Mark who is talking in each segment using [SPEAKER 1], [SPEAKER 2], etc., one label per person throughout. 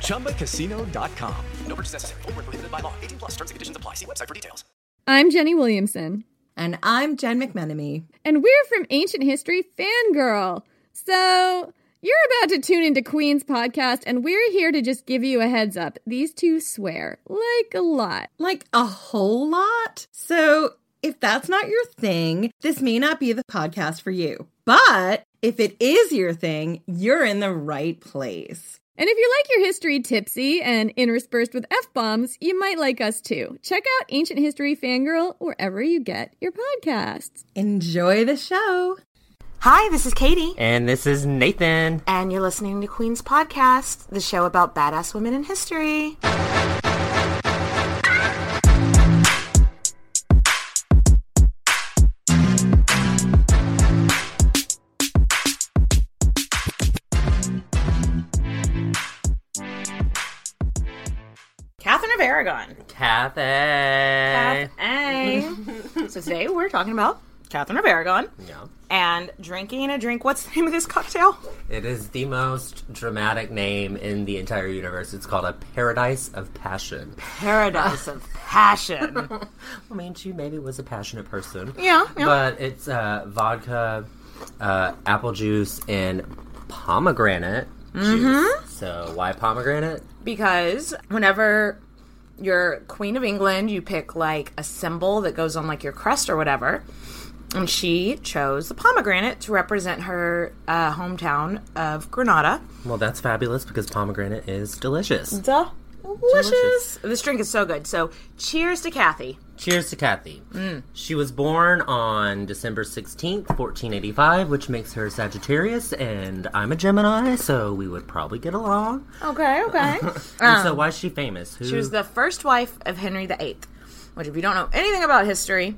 [SPEAKER 1] ChumbaCasino.com. No purchase necessary. Void where prohibited by law. 18 plus terms and conditions apply. See website for details.
[SPEAKER 2] I'm Jenny Williamson,
[SPEAKER 3] And I'm Jen McMenemy.
[SPEAKER 2] and we're from Ancient History Fangirl. So, you're about to tune into Queen's podcast, and we're here to just give you a heads up. These two swear like a lot.
[SPEAKER 3] Like a whole lot. So, if that's not your thing, this may not be the podcast for you. But if it is your thing, you're in the right place.
[SPEAKER 2] And if you like your history tipsy and interspersed with F bombs, you might like us too. Check out Ancient History Fangirl wherever you get your podcasts.
[SPEAKER 3] Enjoy the show.
[SPEAKER 4] Hi, this is Katie,
[SPEAKER 5] And this is Nathan.
[SPEAKER 4] and you're listening to Queen's Podcast, the show about badass women in history.
[SPEAKER 6] Catherine of Aragon.
[SPEAKER 5] Cafe.
[SPEAKER 6] Hey. so today we're talking about Catherine of Aragon
[SPEAKER 5] Yeah.
[SPEAKER 6] and drinking a drink. What's the name of this cocktail?
[SPEAKER 5] It is the most dramatic name in the entire universe. It's called a Paradise of Passion.
[SPEAKER 6] Paradise of Passion.
[SPEAKER 5] I mean, she maybe was a passionate person.
[SPEAKER 6] Yeah, yeah.
[SPEAKER 5] But it's uh, vodka, uh, apple juice, and pomegranate
[SPEAKER 6] Mm-hmm.
[SPEAKER 5] juice. So why pomegranate?
[SPEAKER 6] because whenever you're Queen of England, you pick like a symbol that goes on like your crest or whatever. And she chose the pomegranate to represent her uh, hometown of Granada.
[SPEAKER 5] Well, that's fabulous because pomegranate is delicious.
[SPEAKER 6] Delicious. This drink is so good. So, cheers to Kathy.
[SPEAKER 5] Cheers to Kathy.
[SPEAKER 6] Mm.
[SPEAKER 5] She was born on December 16th, 1485, which makes her Sagittarius, and I'm a Gemini, so we would probably get along.
[SPEAKER 6] Okay, okay.
[SPEAKER 5] and so, why is she famous? Who,
[SPEAKER 6] She was Um, the first wife of Henry VIII, which, if you don't know anything about history,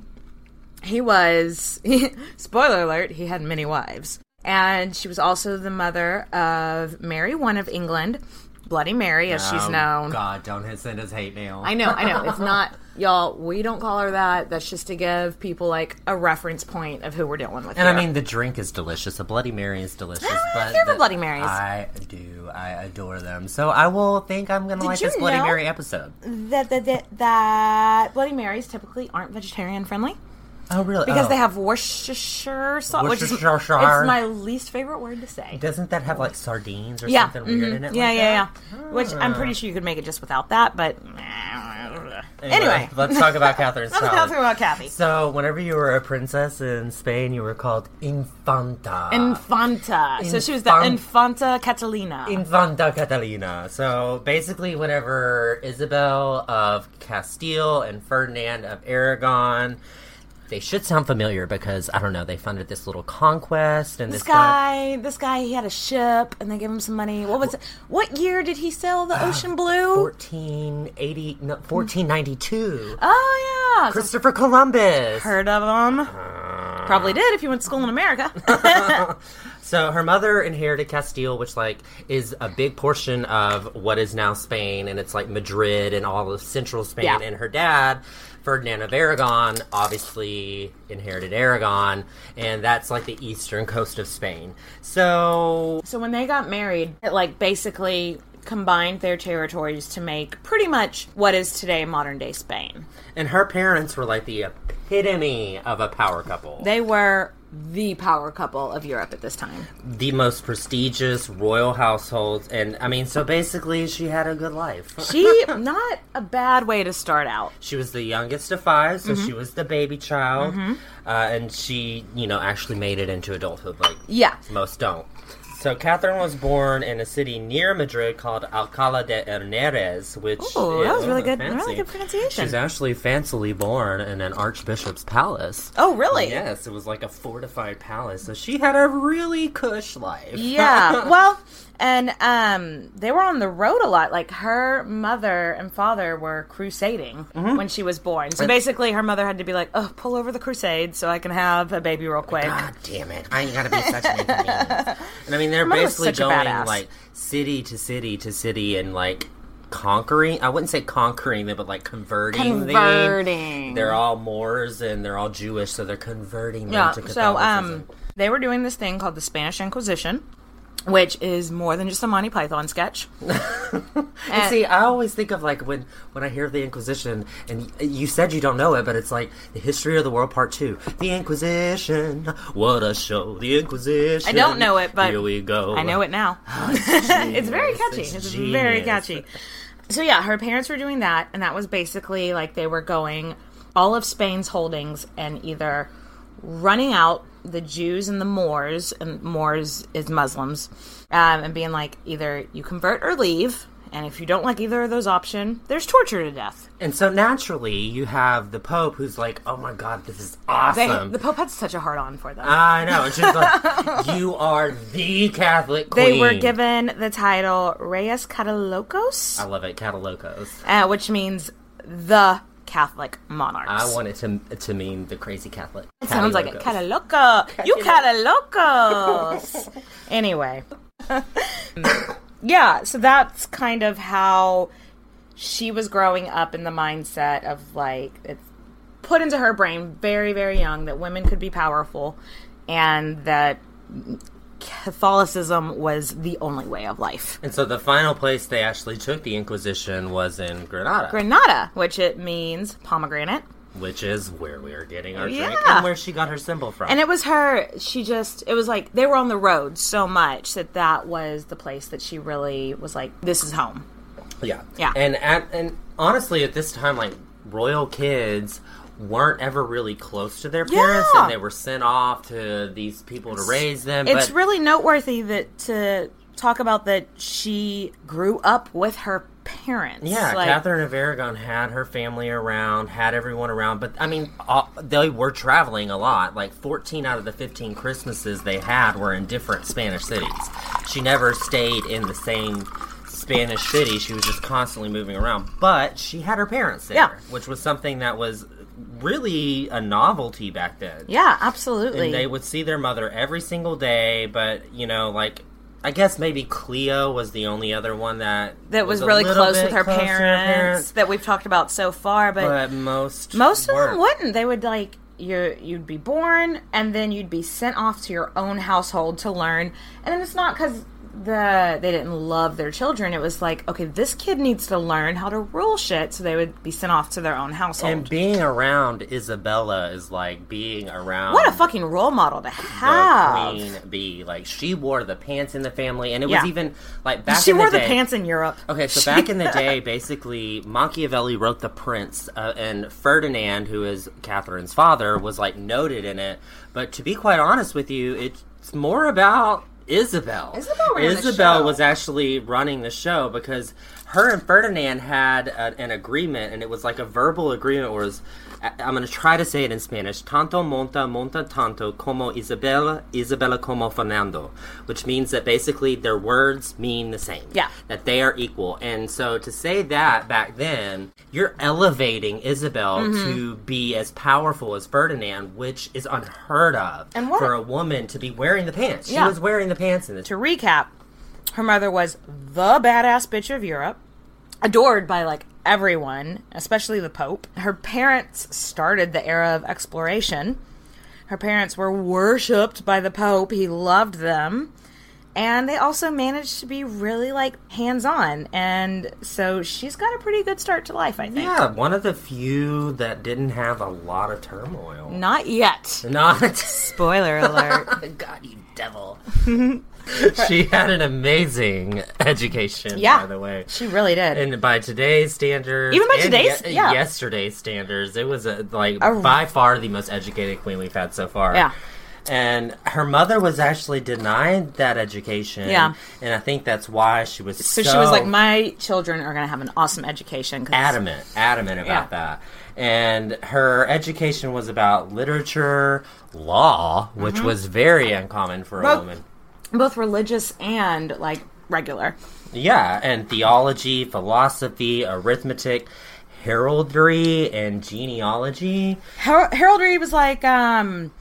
[SPEAKER 6] he was, spoiler alert, he had many wives. And she was also the mother of Mary I of England, Bloody Mary, as she's
[SPEAKER 5] Oh,
[SPEAKER 6] known.
[SPEAKER 5] God, don't hit- send us hate mail.
[SPEAKER 6] I know, I know. It's not, y'all, we don't call her that. That's just to give people, like, a reference point of who we're dealing with. here.
[SPEAKER 5] And I mean, the drink is delicious. A Bloody Mary is delicious.
[SPEAKER 6] I
[SPEAKER 5] but
[SPEAKER 6] care for
[SPEAKER 5] the-
[SPEAKER 6] Bloody Marys.
[SPEAKER 5] I do. I adore them. So I will think I'm going to like
[SPEAKER 6] you
[SPEAKER 5] this Bloody
[SPEAKER 6] know-
[SPEAKER 5] Mary episode.
[SPEAKER 6] that, that, that, that Bloody Marys typically aren't vegetarian friendly.
[SPEAKER 5] Oh, really?
[SPEAKER 6] Because
[SPEAKER 5] Oh.
[SPEAKER 6] they have Worcestershire sauce, which is it's
[SPEAKER 5] Worcestershire.
[SPEAKER 6] my least favorite word to say.
[SPEAKER 5] Doesn't that have like sardines or
[SPEAKER 6] Yeah, Mm-hmm.
[SPEAKER 5] something weird in it?
[SPEAKER 6] yeah,
[SPEAKER 5] like
[SPEAKER 6] yeah,
[SPEAKER 5] that?
[SPEAKER 6] yeah. Which I'm pretty sure you could make it just without that, but anyway.
[SPEAKER 5] let's talk about Catherine's
[SPEAKER 6] Let's
[SPEAKER 5] college.
[SPEAKER 6] talk about Kathy.
[SPEAKER 5] So, whenever you were a princess in Spain, you were called Infanta.
[SPEAKER 6] Infanta. So she was the
[SPEAKER 5] uh, Infan-
[SPEAKER 6] Infanta Catalina.
[SPEAKER 5] Infanta Catalina. So, basically, whenever Isabel of Castile and Ferdinand of Aragon, they should sound familiar because, I don't know, they funded this little conquest and this,
[SPEAKER 6] this guy, this guy, he had a ship, and they gave him some money. What was it? What year did he sail
[SPEAKER 5] Uh,
[SPEAKER 6] the Ocean Blue?
[SPEAKER 5] 1480, no, 1492.
[SPEAKER 6] Oh yeah, So
[SPEAKER 5] Christopher Columbus.
[SPEAKER 6] heard of him?
[SPEAKER 5] Uh.
[SPEAKER 6] Probably did if you went to school in America.
[SPEAKER 5] So her mother inherited Castile, which like is a big portion of what is now Spain, and it's like Madrid and all of central Spain.
[SPEAKER 6] Yeah.
[SPEAKER 5] And her dad, Ferdinand of Aragon, obviously inherited Aragon, and that's like the eastern coast of Spain. So
[SPEAKER 6] So when they got married, it like basically combined their territories to make pretty much what is today modern day Spain.
[SPEAKER 5] and her parents were like the epitome of a power couple.
[SPEAKER 6] They were the power couple of Europe at this time.
[SPEAKER 5] the most prestigious royal households and I mean so basically she had a good life.
[SPEAKER 6] She not a bad way to start out.
[SPEAKER 5] She was the youngest of five, so
[SPEAKER 6] Mm-hmm.
[SPEAKER 5] she was the baby child, uh, and she, you know, actually made it into adulthood. Like
[SPEAKER 6] Yeah.
[SPEAKER 5] most don't. So Catherine was born in a city near Madrid called Alcala de Henares, which
[SPEAKER 6] Ooh, that
[SPEAKER 5] is-
[SPEAKER 6] was really good- really
[SPEAKER 5] fancy.
[SPEAKER 6] good pronunciation.
[SPEAKER 5] She's actually fancily born in an archbishop's palace.
[SPEAKER 6] Oh, really?
[SPEAKER 5] Yes, it was like a fortified palace. So she had a really cush life.
[SPEAKER 6] Yeah. well, And um, they were on the road a lot. Like her mother and father were crusading when she was born. So basically, her mother had to be like, "Oh, pull over the crusade so I can have a baby real quick."
[SPEAKER 5] God damn it! I ain't gotta be such an inconvenience. And I mean, they're
[SPEAKER 6] Mother was
[SPEAKER 5] basically
[SPEAKER 6] such a
[SPEAKER 5] going
[SPEAKER 6] badass.
[SPEAKER 5] like city to city to city and like conquering. I wouldn't say conquering them, but like converting. them.
[SPEAKER 6] Converting.
[SPEAKER 5] They're all Moors and they're all Jewish, so they're converting them
[SPEAKER 6] Yeah.
[SPEAKER 5] to
[SPEAKER 6] So um,
[SPEAKER 5] Catholicism.
[SPEAKER 6] they were doing this thing called the Spanish Inquisition, which is more than just a Monty Python sketch.
[SPEAKER 5] And see, I always think of like when when I hear the Inquisition, and y- you said you don't know it, but it's like the history of the world, part two, the Inquisition. What a show, the Inquisition.
[SPEAKER 6] I don't know it, but
[SPEAKER 5] here we go.
[SPEAKER 6] I know it now. it's very catchy. It's,
[SPEAKER 5] it's
[SPEAKER 6] very
[SPEAKER 5] genius.
[SPEAKER 6] catchy. So yeah, her parents were doing that, and that was basically like they were going all of Spain's holdings and either running out the Jews and the Moors, and Moors is Muslims, um, and being like either you convert or leave. And if you don't like either of those options, there's torture to death.
[SPEAKER 5] And so naturally, you have the Pope who's like, "Oh my God, this is
[SPEAKER 6] They,
[SPEAKER 5] awesome."
[SPEAKER 6] the Pope had such a hard on for them.
[SPEAKER 5] I know. And she's like, "You are the Catholic queen."
[SPEAKER 6] they were given the title Reyes Catalocos.
[SPEAKER 5] I love it, Catalocos.
[SPEAKER 6] uh, which means the Catholic monarchs.
[SPEAKER 5] I want it to to mean the crazy Catholic.
[SPEAKER 6] it sounds like it.
[SPEAKER 5] Catalocos.
[SPEAKER 6] Cataloco. You Catalocos. anyway. yeah, so that's kind of how she was growing up in the mindset of like, it's put into her brain very, very young that women could be powerful and that Catholicism was the only way of life.
[SPEAKER 5] And so the final place they actually took the Inquisition was in Granada,
[SPEAKER 6] Granada, which it means pomegranate.
[SPEAKER 5] which is where we are getting our drink
[SPEAKER 6] Yeah.
[SPEAKER 5] and where she got her symbol from.
[SPEAKER 6] And it was her. She just. It was like they were on the road so much that that was the place that she really was like, "This is home."
[SPEAKER 5] yeah,
[SPEAKER 6] Yeah.
[SPEAKER 5] And at and honestly, at this time, like royal kids weren't ever really close to their parents,
[SPEAKER 6] Yeah.
[SPEAKER 5] and they were sent off to these people to raise them.
[SPEAKER 6] It's
[SPEAKER 5] but
[SPEAKER 6] really noteworthy that to talk about that she grew up with her parents.
[SPEAKER 5] Yeah,
[SPEAKER 6] like,
[SPEAKER 5] Catherine of Aragon had her family around, had everyone around, but I mean, all, they were traveling a lot. Like 14 out of the 15 Christmases they had were in different Spanish cities. She never stayed in the same Spanish city. She was just constantly moving around, but she had her parents there,
[SPEAKER 6] Yeah.
[SPEAKER 5] which was something that was really a novelty back then.
[SPEAKER 6] Yeah, absolutely.
[SPEAKER 5] And they would see their mother every single day, but you know, like I guess maybe Cleo was the only other one that
[SPEAKER 6] that was,
[SPEAKER 5] a
[SPEAKER 6] really
[SPEAKER 5] little
[SPEAKER 6] close
[SPEAKER 5] bit
[SPEAKER 6] with her
[SPEAKER 5] close to
[SPEAKER 6] parents, that we've talked about so far.
[SPEAKER 5] but most
[SPEAKER 6] Most of them
[SPEAKER 5] weren't.
[SPEAKER 6] wouldn't. They would like you you'd be born and then you'd be sent off to your own household to learn. And then it's not cuz the they didn't love their children. It was like, okay, this kid needs to learn how to rule shit, so they would be sent off to their own household.
[SPEAKER 5] And being around Isabella is like being around
[SPEAKER 6] what a fucking role model to have.
[SPEAKER 5] the queen bee. Like she wore the pants in the family, and it
[SPEAKER 6] Yeah.
[SPEAKER 5] was even like back.
[SPEAKER 6] She
[SPEAKER 5] in
[SPEAKER 6] wore
[SPEAKER 5] the,
[SPEAKER 6] the,
[SPEAKER 5] day-
[SPEAKER 6] pants in Europe.
[SPEAKER 5] Okay, so back in the day, basically Machiavelli wrote The Prince, uh, and Ferdinand, who is Catherine's father, was like noted in it. But to be quite honest with you, it's more about Isabel.
[SPEAKER 6] Isabel ran the
[SPEAKER 5] Isabel
[SPEAKER 6] show.
[SPEAKER 5] was actually running the show because her and Ferdinand had a, an agreement, and it was like a verbal agreement. Where it was I- I'm going to try to say it in Spanish: "Tanto monta, monta tanto como Isabela, Isabela como Fernando," which means that basically their words mean the same
[SPEAKER 6] Yeah.
[SPEAKER 5] that they are equal. And so to say that back then, you're elevating Isabel
[SPEAKER 6] Mm-hmm.
[SPEAKER 5] to be as powerful as Ferdinand, which is unheard of
[SPEAKER 6] And what-
[SPEAKER 5] for a woman to be wearing the pants. She
[SPEAKER 6] Yeah.
[SPEAKER 5] was wearing the pants in this.
[SPEAKER 6] To recap, her mother was the badass bitch of Europe, adored by like everyone, especially the Pope. Her parents started the era of exploration. Her parents were worshipped by the Pope. He loved them. And they also managed to be really like hands on. And so she's got a pretty good start to life, I think.
[SPEAKER 5] Yeah, one of the few that didn't have a lot of turmoil.
[SPEAKER 6] Not yet.
[SPEAKER 5] Not
[SPEAKER 6] Spoiler alert.
[SPEAKER 5] God, you devil. she had an amazing education,
[SPEAKER 6] Yeah.
[SPEAKER 5] by the way.
[SPEAKER 6] she really did.
[SPEAKER 5] And by today's standards,
[SPEAKER 6] Even by
[SPEAKER 5] and
[SPEAKER 6] today's-
[SPEAKER 5] ye-
[SPEAKER 6] yeah.
[SPEAKER 5] yesterday's standards, it was a, like by far the most educated queen we've had so far.
[SPEAKER 6] Yeah.
[SPEAKER 5] And her mother was actually denied that education.
[SPEAKER 6] Yeah.
[SPEAKER 5] And I think that's why she was
[SPEAKER 6] so, she was like, My children are going to have an awesome education. 'cause
[SPEAKER 5] adamant, adamant
[SPEAKER 6] Yeah.
[SPEAKER 5] about that. And her education was about literature, law, which was very uncommon for a
[SPEAKER 6] Mm-hmm. Well,
[SPEAKER 5] woman.
[SPEAKER 6] both religious and like regular.
[SPEAKER 5] Yeah, and theology, philosophy, arithmetic, heraldry, and genealogy.
[SPEAKER 6] Her- heraldry was like um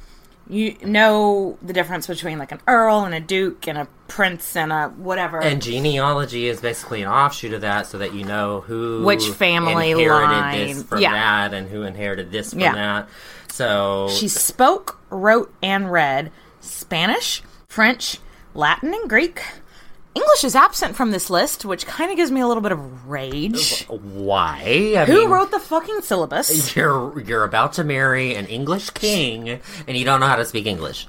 [SPEAKER 6] you know the difference between like an earl and a duke and a prince and a whatever
[SPEAKER 5] And genealogy is basically an offshoot of that, so that you know who
[SPEAKER 6] Which family
[SPEAKER 5] inherited
[SPEAKER 6] line-
[SPEAKER 5] this from
[SPEAKER 6] yeah.
[SPEAKER 5] that, and who inherited this from
[SPEAKER 6] Yeah.
[SPEAKER 5] that. So
[SPEAKER 6] she spoke wrote and read spanish french latin and greek english is absent from this list which kind of gives me a little bit of rage
[SPEAKER 5] why? I
[SPEAKER 6] who
[SPEAKER 5] mean,
[SPEAKER 6] wrote the fucking syllabus
[SPEAKER 5] You're you're about to marry an English king, and you don't know how to speak English.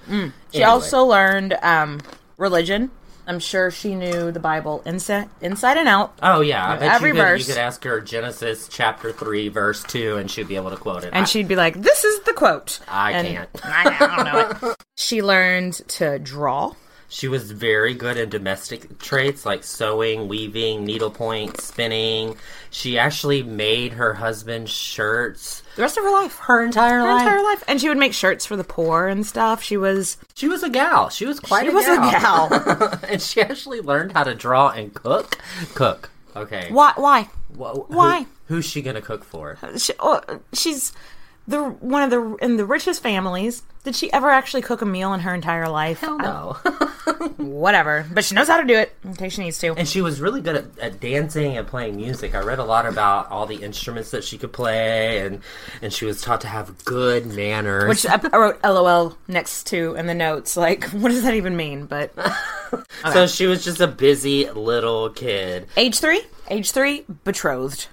[SPEAKER 6] she also learned um religion i'm sure she knew the bible inside inside and out
[SPEAKER 5] Oh yeah, I bet
[SPEAKER 6] every
[SPEAKER 5] you could,
[SPEAKER 6] verse.
[SPEAKER 5] You could ask her Genesis chapter three, verse two, and she'd be able to quote it.
[SPEAKER 6] and she'd be like, "This is the quote."
[SPEAKER 5] I
[SPEAKER 6] And-
[SPEAKER 5] can't.
[SPEAKER 6] I, I don't know it. She learned to draw.
[SPEAKER 5] She was very good in domestic traits like sewing, weaving, needlepoint, spinning. She actually made her husband's shirts
[SPEAKER 6] The rest of her life, her,
[SPEAKER 5] her entire
[SPEAKER 6] her
[SPEAKER 5] life.
[SPEAKER 6] entire life, and she would make shirts for the poor and stuff. She was
[SPEAKER 5] She was a gal. She was quite
[SPEAKER 6] she
[SPEAKER 5] a
[SPEAKER 6] was
[SPEAKER 5] gal.
[SPEAKER 6] a gal.
[SPEAKER 5] and she actually learned how to draw and cook. Cook. Okay.
[SPEAKER 6] why? Why?
[SPEAKER 5] Wh- who-
[SPEAKER 6] why?
[SPEAKER 5] who's she gonna cook for?
[SPEAKER 6] She, oh, she's the one of the in the richest families. Did she ever actually cook a meal in her entire life?
[SPEAKER 5] Hell no.
[SPEAKER 6] Whatever, but she knows how to do it in case she needs to.
[SPEAKER 5] And she was really good at, at dancing and playing music. I read a lot about all the instruments that she could play, and and she was taught to have good manners.
[SPEAKER 6] Which I, I wrote "LOL" next to in the notes. Like, what does that even mean? But uh,
[SPEAKER 5] So she was just a busy little kid.
[SPEAKER 6] Age three? Age three, betrothed.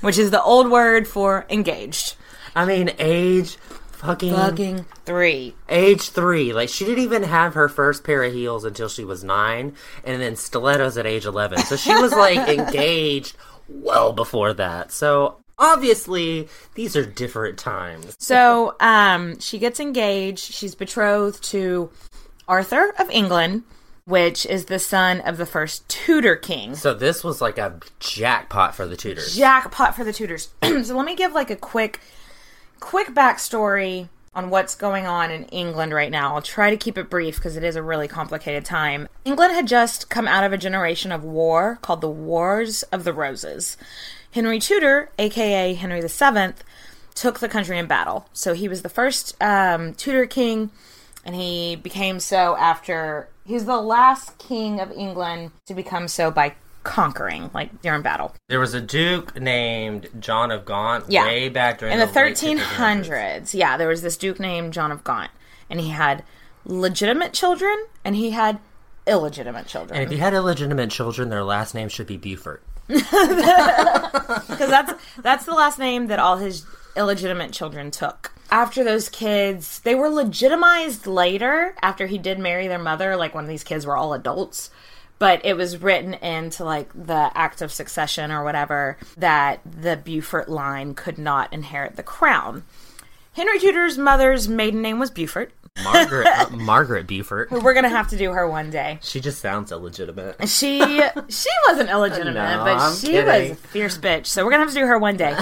[SPEAKER 6] Which is the old word for engaged.
[SPEAKER 5] I mean, age fucking
[SPEAKER 6] Fucking three.
[SPEAKER 5] age three. Like she didn't even have her first pair of heels until she was nine, and then stilettos at age eleven. So she was like engaged well before that. So obviously these are different times.
[SPEAKER 6] So um she gets engaged. She's betrothed to Arthur of England, which is the son of the first Tudor king.
[SPEAKER 5] So this was like a jackpot for the Tudors.
[SPEAKER 6] Jackpot for the Tudors. so let me give like a quick quick backstory on what's going on in England right now. I'll try to keep it brief because it is a really complicated time. England had just come out of a generation of war called the Wars of the Roses. Henry Tudor, aka Henry VII, took the country in battle. So he was the first um, Tudor king, and he became so after he was the last king of England to become so by conquering, like during battle.
[SPEAKER 5] There was a duke named John of Gaunt
[SPEAKER 6] Yeah.
[SPEAKER 5] way back during
[SPEAKER 6] in the
[SPEAKER 5] late
[SPEAKER 6] 1300s yeah there was this duke named john of gaunt and he had legitimate children and he had illegitimate
[SPEAKER 5] And if
[SPEAKER 6] children
[SPEAKER 5] you had illegitimate children, their last name should be Beaufort.
[SPEAKER 6] because that's that's the last name that all his illegitimate children took after those kids they were legitimized later after he did marry their mother like when these kids were all adults but it was written into like the act of succession or whatever that the beaufort line could not inherit the crown henry tudor's mother's maiden name was beaufort
[SPEAKER 5] Margaret uh, Margaret Beaufort.
[SPEAKER 6] We're gonna have to do her one day.
[SPEAKER 5] She just sounds illegitimate.
[SPEAKER 6] She she wasn't illegitimate,
[SPEAKER 5] No,
[SPEAKER 6] but
[SPEAKER 5] I'm
[SPEAKER 6] she was
[SPEAKER 5] kidding.
[SPEAKER 6] a fierce bitch. So we're gonna have to do her one day.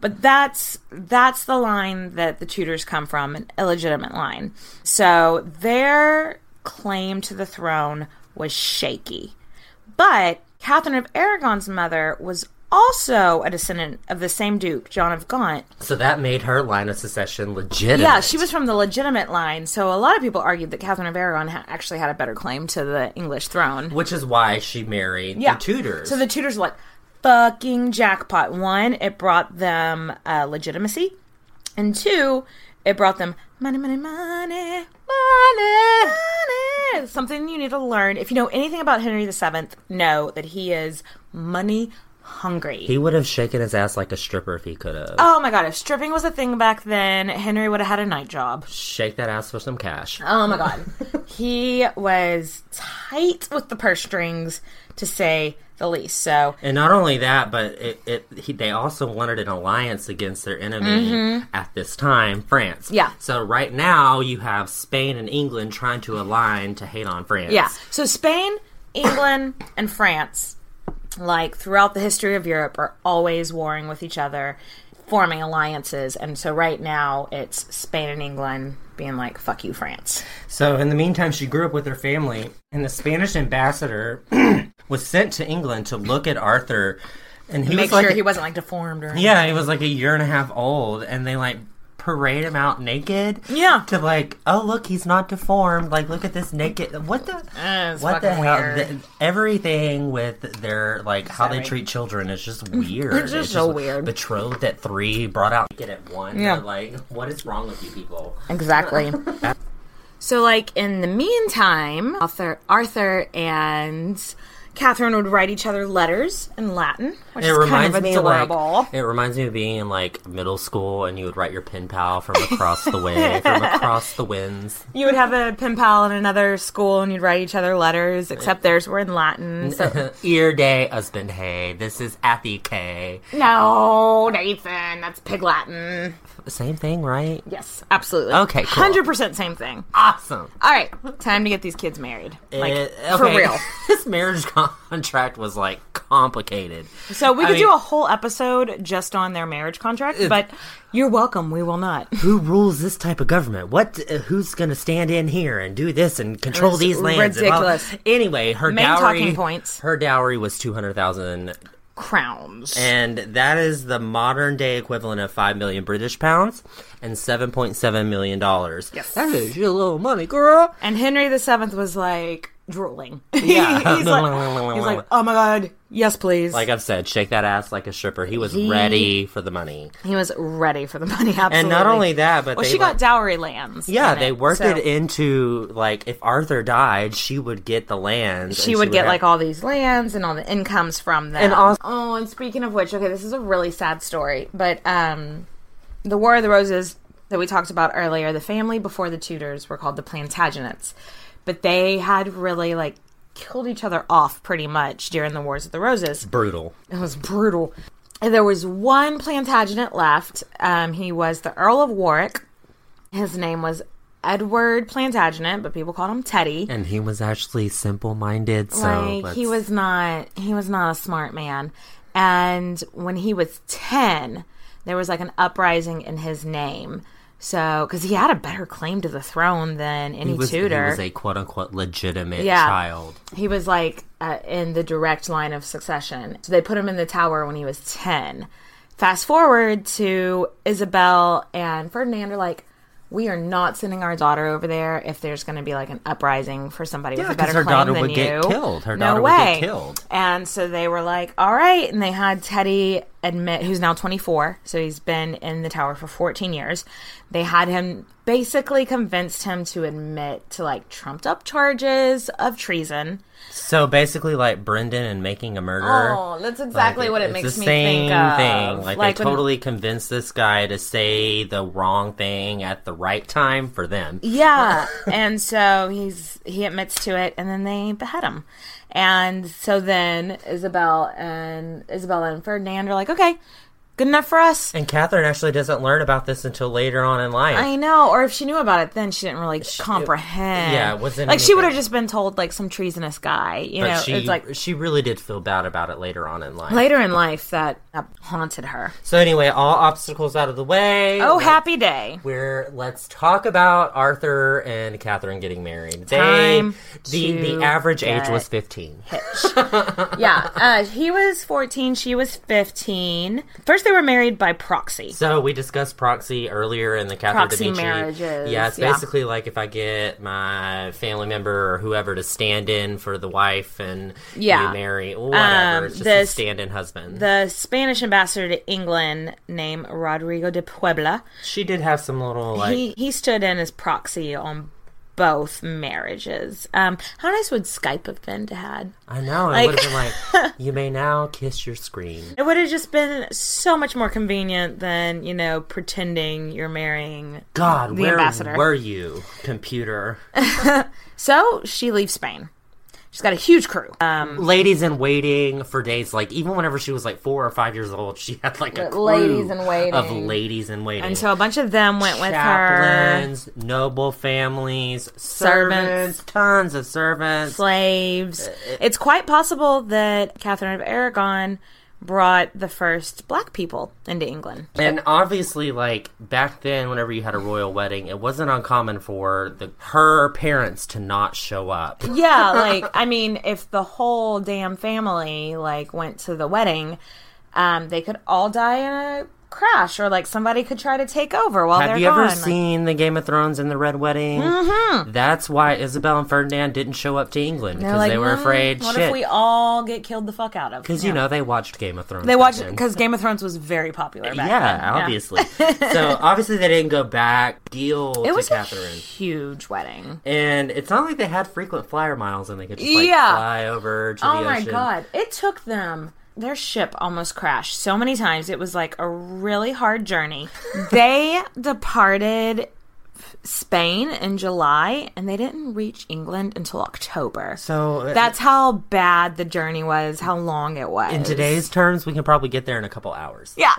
[SPEAKER 6] but that's that's the line that the Tudors come from, an illegitimate line. So their claim to the throne was shaky. But Catherine of Aragon's mother was also a descendant of the same Duke, John of Gaunt,
[SPEAKER 5] So that made her line of succession legitimate.
[SPEAKER 6] Yeah, she was from the legitimate line, so a lot of people argued that Catherine of Aragon ha- actually had a better claim to the English throne.
[SPEAKER 5] Which is why she married the Tudors.
[SPEAKER 6] So the Tudors were like, fucking jackpot. One, it brought them uh, legitimacy, and two, it brought them money, money, money, money, money. Something you need to learn. If you know anything about Henry VII, know that he is money hungry.
[SPEAKER 5] he would have shaken his ass like a stripper if he could have.
[SPEAKER 6] Oh my god, if stripping was a thing back then, Henry would have had a night job.
[SPEAKER 5] Shake that ass for some cash.
[SPEAKER 6] Oh my god. he was tight with the purse strings to say the least. So
[SPEAKER 5] And not only that, but it, it he, they also wanted an alliance against their enemy at this time, France.
[SPEAKER 6] Mm-hmm. Yeah.
[SPEAKER 5] So right now you have Spain and England trying to align to hate on France.
[SPEAKER 6] yeah. So Spain, England, and France, like throughout the history of Europe, are always warring with each other. forming alliances. And so right now it's Spain and England being like, fuck you, France.
[SPEAKER 5] So, in the meantime, she grew up with her family, and the Spanish ambassador was sent to England to look at Arthur. And he
[SPEAKER 6] Make
[SPEAKER 5] was like,
[SPEAKER 6] sure he wasn't like deformed or
[SPEAKER 5] yeah, he was like a year and a half old, and they like parade him out naked.
[SPEAKER 6] Yeah.
[SPEAKER 5] to like, oh look, he's not deformed. Like, look at this naked. What the?
[SPEAKER 6] Uh, it's
[SPEAKER 5] what the
[SPEAKER 6] fucking
[SPEAKER 5] hell?
[SPEAKER 6] weird.
[SPEAKER 5] The- everything with their like how they treat children is just weird.
[SPEAKER 6] It's just so weird.
[SPEAKER 5] Betrothed at three, brought out naked at one.
[SPEAKER 6] Yeah.
[SPEAKER 5] Yeah, like what is wrong with you people?
[SPEAKER 6] Exactly. so, like in the meantime, Arthur, Arthur and Catherine would write each other letters in Latin, which
[SPEAKER 5] It
[SPEAKER 6] is kind
[SPEAKER 5] reminds
[SPEAKER 6] of
[SPEAKER 5] me of like,
[SPEAKER 6] adorable.
[SPEAKER 5] it reminds me of being in like middle school and you would write your pen pal from across the way from across the winds.
[SPEAKER 6] you would have a pen pal in another school, and you'd write each other letters, except theirs were in Latin. So,
[SPEAKER 5] Ear day, husband hey, this is Athy K.
[SPEAKER 6] no, Nathan, that's pig Latin.
[SPEAKER 5] Same thing, right?
[SPEAKER 6] Yes, absolutely.
[SPEAKER 5] Okay, cool.
[SPEAKER 6] hundred percent same thing.
[SPEAKER 5] Awesome.
[SPEAKER 6] All right, time to get these kids married, like
[SPEAKER 5] It-
[SPEAKER 6] for
[SPEAKER 5] Eh, okay.
[SPEAKER 6] real.
[SPEAKER 5] this marriage contract was like complicated.
[SPEAKER 6] So we
[SPEAKER 5] I
[SPEAKER 6] could do
[SPEAKER 5] mean-
[SPEAKER 6] a whole episode just on their marriage contract, but you're welcome. We will not.
[SPEAKER 5] Who rules this type of government? What? uh, who's going to stand in here and do this and control
[SPEAKER 6] It's
[SPEAKER 5] these lands? and all-
[SPEAKER 6] ridiculous.
[SPEAKER 5] anyway, her
[SPEAKER 6] Main
[SPEAKER 5] dowry.
[SPEAKER 6] talking points.
[SPEAKER 5] Her dowry was two hundred thousand
[SPEAKER 6] Crowns.
[SPEAKER 5] and that is the modern day equivalent of five million British pounds and seven point seven million dollars. Yes, that is your little money, girl.
[SPEAKER 6] And Henry VII was like drooling.
[SPEAKER 5] Yeah.
[SPEAKER 6] he's, like, he's like, oh my god, yes please.
[SPEAKER 5] Like I've said, shake that ass like a stripper. He was ready for the money,
[SPEAKER 6] he was ready for the money. Absolutely.
[SPEAKER 5] and not only that, but
[SPEAKER 6] well,
[SPEAKER 5] they
[SPEAKER 6] she
[SPEAKER 5] like,
[SPEAKER 6] got dowry lands.
[SPEAKER 5] Yeah,
[SPEAKER 6] in
[SPEAKER 5] they
[SPEAKER 6] it,
[SPEAKER 5] worked
[SPEAKER 6] so
[SPEAKER 5] it into like if Arthur died, she would get the lands. and
[SPEAKER 6] She would get
[SPEAKER 5] have-
[SPEAKER 6] like all these lands and all the incomes from them.
[SPEAKER 5] And also-
[SPEAKER 6] oh, and speaking of which, okay, this is a really sad story, but um, the War of the Roses that we talked about earlier, the family before the Tudors were called the Plantagenets, but they had really like killed each other off pretty much during the Wars of the Roses.
[SPEAKER 5] brutal.
[SPEAKER 6] It was brutal. And there was one Plantagenet left. Um, he was the Earl of Warwick. His name was Edward Plantagenet, but people called him Teddy.
[SPEAKER 5] And he was actually simple minded, so
[SPEAKER 6] like he
[SPEAKER 5] let's-
[SPEAKER 6] was not he was not a smart man. And when he was ten, there was like an uprising in his name. So, because he had a better claim to the throne than any
[SPEAKER 5] he was, he
[SPEAKER 6] Tudor,
[SPEAKER 5] was a quote unquote legitimate
[SPEAKER 6] Yeah.
[SPEAKER 5] child.
[SPEAKER 6] he was like uh, in the direct line of succession. So they put him in the tower when he was 10. Fast forward to Isabel and Ferdinand are like, we are not sending our daughter over there if there's going to be like an uprising for somebody with a better
[SPEAKER 5] 'cause her
[SPEAKER 6] claim
[SPEAKER 5] daughter
[SPEAKER 6] than
[SPEAKER 5] would
[SPEAKER 6] you.
[SPEAKER 5] get killed. Her
[SPEAKER 6] no
[SPEAKER 5] daughter would get
[SPEAKER 6] way.
[SPEAKER 5] killed.
[SPEAKER 6] And so they were like, all right. And they had Teddy admit, who's now 24, so he's been in the tower for 14 years. They had him basically convinced him to admit to like trumped up charges of treason.
[SPEAKER 5] So basically, like Brendan and making a murderer.
[SPEAKER 6] Oh, that's exactly what it
[SPEAKER 5] it's
[SPEAKER 6] makes
[SPEAKER 5] the
[SPEAKER 6] me
[SPEAKER 5] same
[SPEAKER 6] think of.
[SPEAKER 5] thing. Like,
[SPEAKER 6] Like
[SPEAKER 5] they
[SPEAKER 6] when-
[SPEAKER 5] totally convinced this guy to say the wrong thing at the right time for them.
[SPEAKER 6] Yeah. and so he's he admits to it and then they behead him. And so then Isabel and Isabella and Ferdinand are like, okay, good enough for us.
[SPEAKER 5] And Catherine actually doesn't learn about this until later on in life.
[SPEAKER 6] I know, or if she knew about it then, she didn't really comprehend.
[SPEAKER 5] yeah, it wasn't
[SPEAKER 6] like she would have
[SPEAKER 5] anything.
[SPEAKER 6] just been told like some treasonous guy. You
[SPEAKER 5] but
[SPEAKER 6] know,
[SPEAKER 5] she
[SPEAKER 6] it's like
[SPEAKER 5] she really did feel bad about it later on in life.
[SPEAKER 6] later in life that that haunted her.
[SPEAKER 5] So anyway, all obstacles out of the way.
[SPEAKER 6] Oh,
[SPEAKER 5] Let-
[SPEAKER 6] happy day!
[SPEAKER 5] We're let's talk about Arthur and Catherine getting married. They
[SPEAKER 6] Time
[SPEAKER 5] the
[SPEAKER 6] to
[SPEAKER 5] the average age
[SPEAKER 6] get
[SPEAKER 5] was fifteen.
[SPEAKER 6] yeah, uh, he was 14, she was 15. First, they were married by proxy.
[SPEAKER 5] So we discussed proxy earlier in the Catherine
[SPEAKER 6] Proxy
[SPEAKER 5] da Vinci.
[SPEAKER 6] marriages,
[SPEAKER 5] Yeah, it's
[SPEAKER 6] yeah.
[SPEAKER 5] basically like if I get my family member or whoever to stand in for the wife and
[SPEAKER 6] Yeah.
[SPEAKER 5] you marry whatever.
[SPEAKER 6] Um,
[SPEAKER 5] it's just
[SPEAKER 6] this-
[SPEAKER 5] a stand in husband.
[SPEAKER 6] The Spanish ambassador to England, named Rodrigo de Puebla,
[SPEAKER 5] she did have some little like
[SPEAKER 6] he, he stood in as proxy on both marriages. Um, how nice would Skype have been to had?
[SPEAKER 5] I know, it
[SPEAKER 6] Like-
[SPEAKER 5] would have been like, you may now kiss your screen.
[SPEAKER 6] It would have just been so much more convenient than you know pretending you're marrying.
[SPEAKER 5] God,
[SPEAKER 6] The
[SPEAKER 5] where
[SPEAKER 6] ambassador.
[SPEAKER 5] were you, computer?
[SPEAKER 6] So she leaves Spain. She's got a huge crew. Uh,
[SPEAKER 5] Ladies in waiting for days. Like even whenever she was like four or five years old, she had like a crew
[SPEAKER 6] ladies in waiting.
[SPEAKER 5] of ladies in waiting.
[SPEAKER 6] And so a bunch of them went with her.
[SPEAKER 5] chaplains, noble families, servants, tons of servants. Uh,
[SPEAKER 6] slaves. It's quite possible that Catherine of Aragon brought the first black people into England.
[SPEAKER 5] And obviously, like back then, whenever you had a royal wedding, it wasn't uncommon for the her parents to not show up.
[SPEAKER 6] Yeah, like I mean, if the whole damn family like went to the wedding, um, they could all die in a crash, or like somebody could try to take over while
[SPEAKER 5] Have
[SPEAKER 6] they're
[SPEAKER 5] you
[SPEAKER 6] gone.
[SPEAKER 5] ever
[SPEAKER 6] Like,
[SPEAKER 5] seen the Game of Thrones and the Red Wedding? Mm-hmm. That's why Isabel and Ferdinand didn't show up to England
[SPEAKER 6] they're
[SPEAKER 5] because
[SPEAKER 6] like,
[SPEAKER 5] they were
[SPEAKER 6] "Mm,
[SPEAKER 5] afraid.
[SPEAKER 6] What
[SPEAKER 5] shit.
[SPEAKER 6] if we all get killed the fuck out of?
[SPEAKER 5] Because you know they watched Game of Thrones.
[SPEAKER 6] they
[SPEAKER 5] back
[SPEAKER 6] watched
[SPEAKER 5] then.
[SPEAKER 6] because Game of Thrones was very popular. Back
[SPEAKER 5] yeah,
[SPEAKER 6] then.
[SPEAKER 5] obviously. so obviously they didn't go back. Deal
[SPEAKER 6] It was
[SPEAKER 5] to
[SPEAKER 6] a
[SPEAKER 5] Catherine.
[SPEAKER 6] huge wedding.
[SPEAKER 5] And it's not like they had frequent flyer miles and they could just like
[SPEAKER 6] Yeah.
[SPEAKER 5] fly over to
[SPEAKER 6] Oh
[SPEAKER 5] the
[SPEAKER 6] my
[SPEAKER 5] ocean.
[SPEAKER 6] god! It took them. Their ship almost crashed so many times. It was like a really hard journey. they departed Spain in July, and they didn't reach England until October.
[SPEAKER 5] So uh,
[SPEAKER 6] That's how bad the journey was. How long it Mm-hmm. was.
[SPEAKER 5] in today's terms, we can probably get there in a couple hours.
[SPEAKER 6] yeah.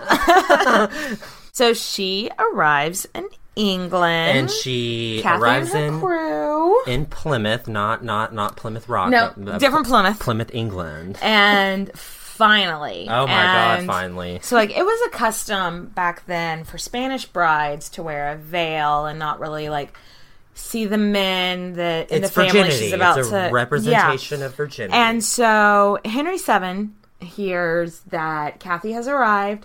[SPEAKER 6] so she arrives in England.
[SPEAKER 5] And she
[SPEAKER 6] Catherine
[SPEAKER 5] arrives
[SPEAKER 6] and her
[SPEAKER 5] in
[SPEAKER 6] crew.
[SPEAKER 5] in Plymouth, not not not Plymouth Rock.
[SPEAKER 6] No,
[SPEAKER 5] but, uh,
[SPEAKER 6] different Plymouth.
[SPEAKER 5] Plymouth, England.
[SPEAKER 6] and finally.
[SPEAKER 5] Oh my god!
[SPEAKER 6] and-
[SPEAKER 5] Finally,
[SPEAKER 6] So like it was a custom back then for Spanish brides to wear a veil and not really like see the men that in
[SPEAKER 5] it's
[SPEAKER 6] the family
[SPEAKER 5] virginity.
[SPEAKER 6] she's about
[SPEAKER 5] it's a
[SPEAKER 6] to
[SPEAKER 5] representation
[SPEAKER 6] yeah.
[SPEAKER 5] of virginity.
[SPEAKER 6] And so Henry VII hears that Kathy has arrived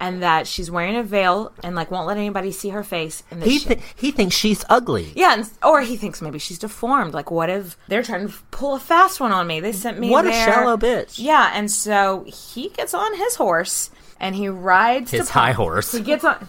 [SPEAKER 6] and that she's wearing a veil and like won't let anybody see her face and that
[SPEAKER 5] he
[SPEAKER 6] she-
[SPEAKER 5] th- he thinks she's ugly.
[SPEAKER 6] yeah, and, or he thinks maybe she's deformed. Like, what if they're trying to pull a fast one on me? They sent me
[SPEAKER 5] What a
[SPEAKER 6] there.
[SPEAKER 5] shallow bitch.
[SPEAKER 6] Yeah, and so he gets on his horse and he rides
[SPEAKER 5] His
[SPEAKER 6] to
[SPEAKER 5] high horse.
[SPEAKER 6] He gets on.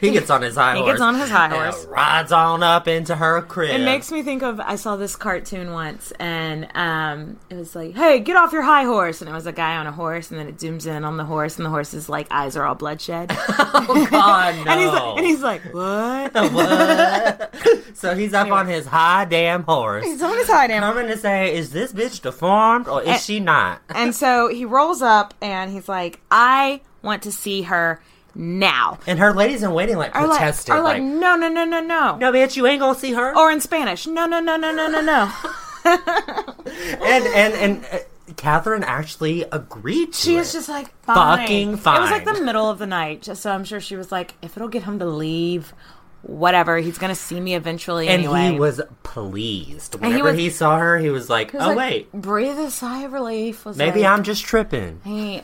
[SPEAKER 5] He gets on his high
[SPEAKER 6] He
[SPEAKER 5] horse.
[SPEAKER 6] gets on his high
[SPEAKER 5] and
[SPEAKER 6] horse.
[SPEAKER 5] rides on up into her crib.
[SPEAKER 6] It makes me think of I saw this cartoon once, and um, it was like, "Hey, get off your high horse!" And it was a guy on a horse, and then it zooms in on the horse, and the horse's like eyes are all bloodshed,
[SPEAKER 5] God, no.
[SPEAKER 6] and he's like, and he's like,
[SPEAKER 5] Oh.
[SPEAKER 6] "What?"
[SPEAKER 5] so he's up on his high damn horse.
[SPEAKER 6] He's on his high damn
[SPEAKER 5] Coming to say, is this bitch deformed or is she not?
[SPEAKER 6] And so he rolls up and he's like, I want to see her now.
[SPEAKER 5] And her ladies in waiting like
[SPEAKER 6] Or like,
[SPEAKER 5] protested,
[SPEAKER 6] or like,
[SPEAKER 5] like,
[SPEAKER 6] no, no, no, no, no.
[SPEAKER 5] no, bitch, you ain't gonna see her.
[SPEAKER 6] Or in Spanish, no, no, no, no, no, no, no.
[SPEAKER 5] and and and uh, Catherine actually agreed to
[SPEAKER 6] She
[SPEAKER 5] it.
[SPEAKER 6] is just like, fine.
[SPEAKER 5] Fucking
[SPEAKER 6] It was like
[SPEAKER 5] fine.
[SPEAKER 6] the middle of the night, so I'm sure she was like, if it'll get him to leave, whatever, he's going to see me eventually
[SPEAKER 5] and
[SPEAKER 6] anyway.
[SPEAKER 5] he was pleased.
[SPEAKER 6] he
[SPEAKER 5] Whenever he,
[SPEAKER 6] was-
[SPEAKER 5] saw her, he was like,
[SPEAKER 6] He was
[SPEAKER 5] oh
[SPEAKER 6] like,
[SPEAKER 5] wait,
[SPEAKER 6] Breathe a sigh of relief. Was
[SPEAKER 5] maybe
[SPEAKER 6] like-
[SPEAKER 5] I'm just tripping.
[SPEAKER 6] He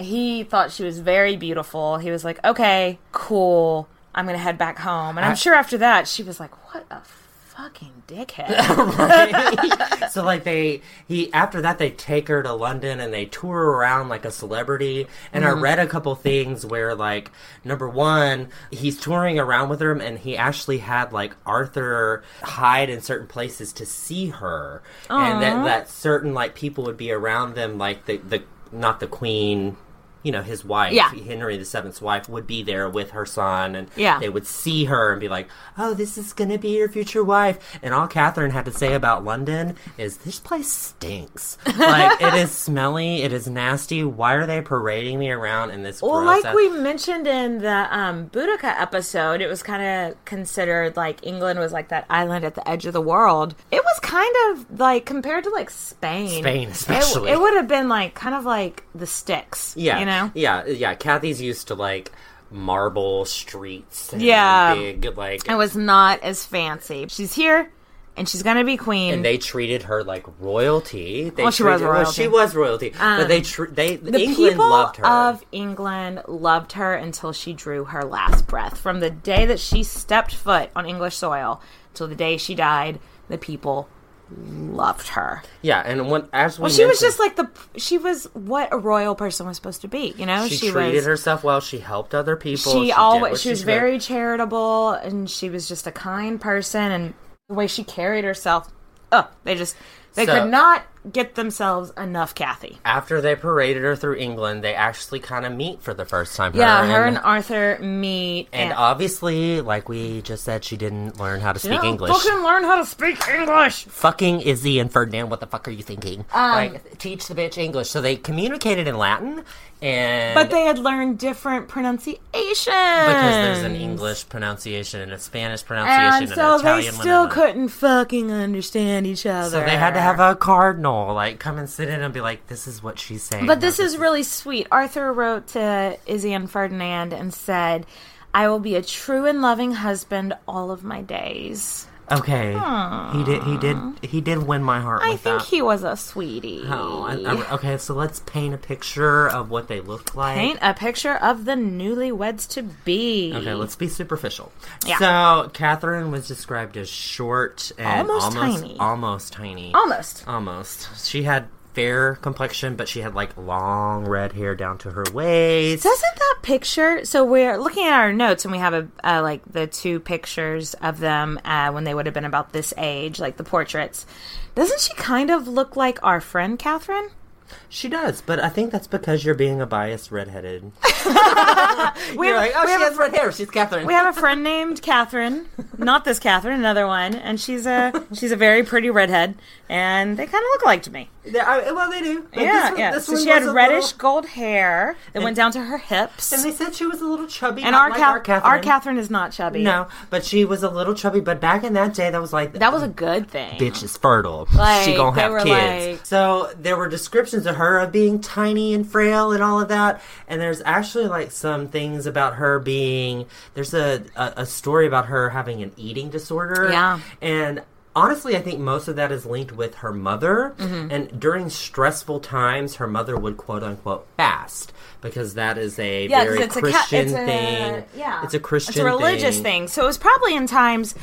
[SPEAKER 6] he thought she was very beautiful. He was like, "Okay, cool. I'm gonna head back home." And I'm
[SPEAKER 5] I-
[SPEAKER 6] sure after that, she was like, "What a fucking dickhead!"
[SPEAKER 5] so like they he after that they take her to london and they tour her around like a celebrity and
[SPEAKER 6] Mm-hmm.
[SPEAKER 5] i read a couple things where like number one he's touring around with her and he actually had like arthur hide in certain places to see her and that, that certain like people would be around them like the, the not the queen you know his wife
[SPEAKER 6] Yeah.
[SPEAKER 5] henry the seventh's wife would be there with her son and
[SPEAKER 6] Yeah.
[SPEAKER 5] they would see her and be like, "Oh, this is gonna be your future wife." And all Catherine had to say about London is, "This place stinks. like it is smelly. It is nasty. Why are they parading me around in this?"
[SPEAKER 6] well,
[SPEAKER 5] gross
[SPEAKER 6] like
[SPEAKER 5] ass-"
[SPEAKER 6] we mentioned in the um, Boudica episode, it was kind of considered like England was like that island at the edge of the world. It was kind of like compared to like Spain,
[SPEAKER 5] Spain
[SPEAKER 6] it-
[SPEAKER 5] especially.
[SPEAKER 6] It, would have been like kind of like the sticks,
[SPEAKER 5] yeah,
[SPEAKER 6] you know.
[SPEAKER 5] yeah, yeah. Kathy's used to like marble streets. And
[SPEAKER 6] Yeah.
[SPEAKER 5] big like.
[SPEAKER 6] It was not as fancy. She's here, and she's gonna be queen.
[SPEAKER 5] and they treated her like royalty. They
[SPEAKER 6] Well, she was
[SPEAKER 5] treated- well,
[SPEAKER 6] royalty.
[SPEAKER 5] she
[SPEAKER 6] Um,
[SPEAKER 5] was royalty, but they tr- they
[SPEAKER 6] the
[SPEAKER 5] England
[SPEAKER 6] people
[SPEAKER 5] loved her.
[SPEAKER 6] of England loved her until she drew her last breath. From the day that she stepped foot on English soil till the day she died, the people loved her.
[SPEAKER 5] yeah, and when as we
[SPEAKER 6] Well, she was
[SPEAKER 5] mentioned-
[SPEAKER 6] just like the she was what a royal person was supposed to be. You know,
[SPEAKER 5] she, treated
[SPEAKER 6] Oh, was.
[SPEAKER 5] herself well. She helped other people.
[SPEAKER 6] she
[SPEAKER 5] did what
[SPEAKER 6] always she was
[SPEAKER 5] could.
[SPEAKER 6] very charitable and she was just a kind person and the way she carried herself. Oh, they just they
[SPEAKER 5] So-
[SPEAKER 6] could not get themselves enough Kathy.
[SPEAKER 5] After they paraded her through England, they actually kind of meet for the first time.
[SPEAKER 6] Yeah, her and Arthur meet
[SPEAKER 5] and obviously, like we just said, she didn't learn how to speak English.
[SPEAKER 6] Fucking learn how to speak English.
[SPEAKER 5] Fucking Izzy and Ferdinand, what the fuck are you thinking?
[SPEAKER 6] Um,
[SPEAKER 5] like, teach the bitch English. So they communicated in Latin, and
[SPEAKER 6] But they had learned different pronunciation.
[SPEAKER 5] because there's an English pronunciation and a Spanish pronunciation
[SPEAKER 6] And
[SPEAKER 5] and,
[SPEAKER 6] so
[SPEAKER 5] an Italian
[SPEAKER 6] they still
[SPEAKER 5] one. and a-
[SPEAKER 6] couldn't fucking understand each other.
[SPEAKER 5] So they had to have a cardinal people like come and sit in and be like, "This is what she's saying."
[SPEAKER 6] But this is really sweet. Arthur wrote to Izzy and Ferdinand and said, I will be a true and loving husband all of my days.
[SPEAKER 5] okay. He did. He did. He did win my heart.
[SPEAKER 6] I
[SPEAKER 5] with
[SPEAKER 6] think
[SPEAKER 5] that.
[SPEAKER 6] he was a sweetie.
[SPEAKER 5] Oh, I- I- okay, so let's paint a picture of what they look like.
[SPEAKER 6] Paint a picture of the newlyweds to be.
[SPEAKER 5] Okay, let's be superficial. So Catherine was described as short and
[SPEAKER 6] Almost
[SPEAKER 5] almost,
[SPEAKER 6] tiny. Oh.
[SPEAKER 5] almost tiny,
[SPEAKER 6] Almost.
[SPEAKER 5] almost. She had fair complexion, but she had like long red hair down to her waist.
[SPEAKER 6] Doesn't that picture? So we're looking at our notes, and we have a uh, like the two pictures of them uh, when they would have been about this age, like the portraits. Doesn't she kind of look like our friend Catherine?
[SPEAKER 5] She does, but I think that's because you're being a biased redheaded.
[SPEAKER 6] We
[SPEAKER 5] You're
[SPEAKER 6] have,
[SPEAKER 5] like, oh,
[SPEAKER 6] we
[SPEAKER 5] she
[SPEAKER 6] have a-
[SPEAKER 5] has red hair. She's Catherine.
[SPEAKER 6] we have a friend named Catherine, not this Catherine, another one, and she's a she's a very pretty redhead, and they kind of look alike to me.
[SPEAKER 5] They- I- well, they do. But
[SPEAKER 6] yeah,
[SPEAKER 5] this one-
[SPEAKER 6] yeah.
[SPEAKER 5] this
[SPEAKER 6] so
[SPEAKER 5] one
[SPEAKER 6] she had
[SPEAKER 5] was a
[SPEAKER 6] reddish
[SPEAKER 5] little-
[SPEAKER 6] gold hair that went down to her hips,
[SPEAKER 5] and they said she was a little chubby.
[SPEAKER 6] And
[SPEAKER 5] not
[SPEAKER 6] our,
[SPEAKER 5] like
[SPEAKER 6] Ca-
[SPEAKER 5] our Catherine.
[SPEAKER 6] our Catherine is not chubby.
[SPEAKER 5] No, but she was a little chubby. But back in that day, that was like
[SPEAKER 6] that was a good thing.
[SPEAKER 5] bitch is fertile. she
[SPEAKER 6] Like,
[SPEAKER 5] gonna
[SPEAKER 6] they
[SPEAKER 5] have
[SPEAKER 6] were
[SPEAKER 5] kids.
[SPEAKER 6] like-
[SPEAKER 5] So there were descriptions of her of being tiny and frail and all of that. And there's actually like some things about her being there's a a, a story about her having an eating disorder.
[SPEAKER 6] Yeah.
[SPEAKER 5] and. Honestly, I think most of that is linked with her mother.
[SPEAKER 6] Mm-hmm.
[SPEAKER 5] And during stressful times, her mother would quote unquote fast because that is a
[SPEAKER 6] Yeah, 'cause
[SPEAKER 5] very
[SPEAKER 6] it's a ca-
[SPEAKER 5] Christian
[SPEAKER 6] it's a-
[SPEAKER 5] thing.
[SPEAKER 6] yeah.
[SPEAKER 5] It's a Christian
[SPEAKER 6] it's a religious
[SPEAKER 5] thing.
[SPEAKER 6] thing. So it was probably in times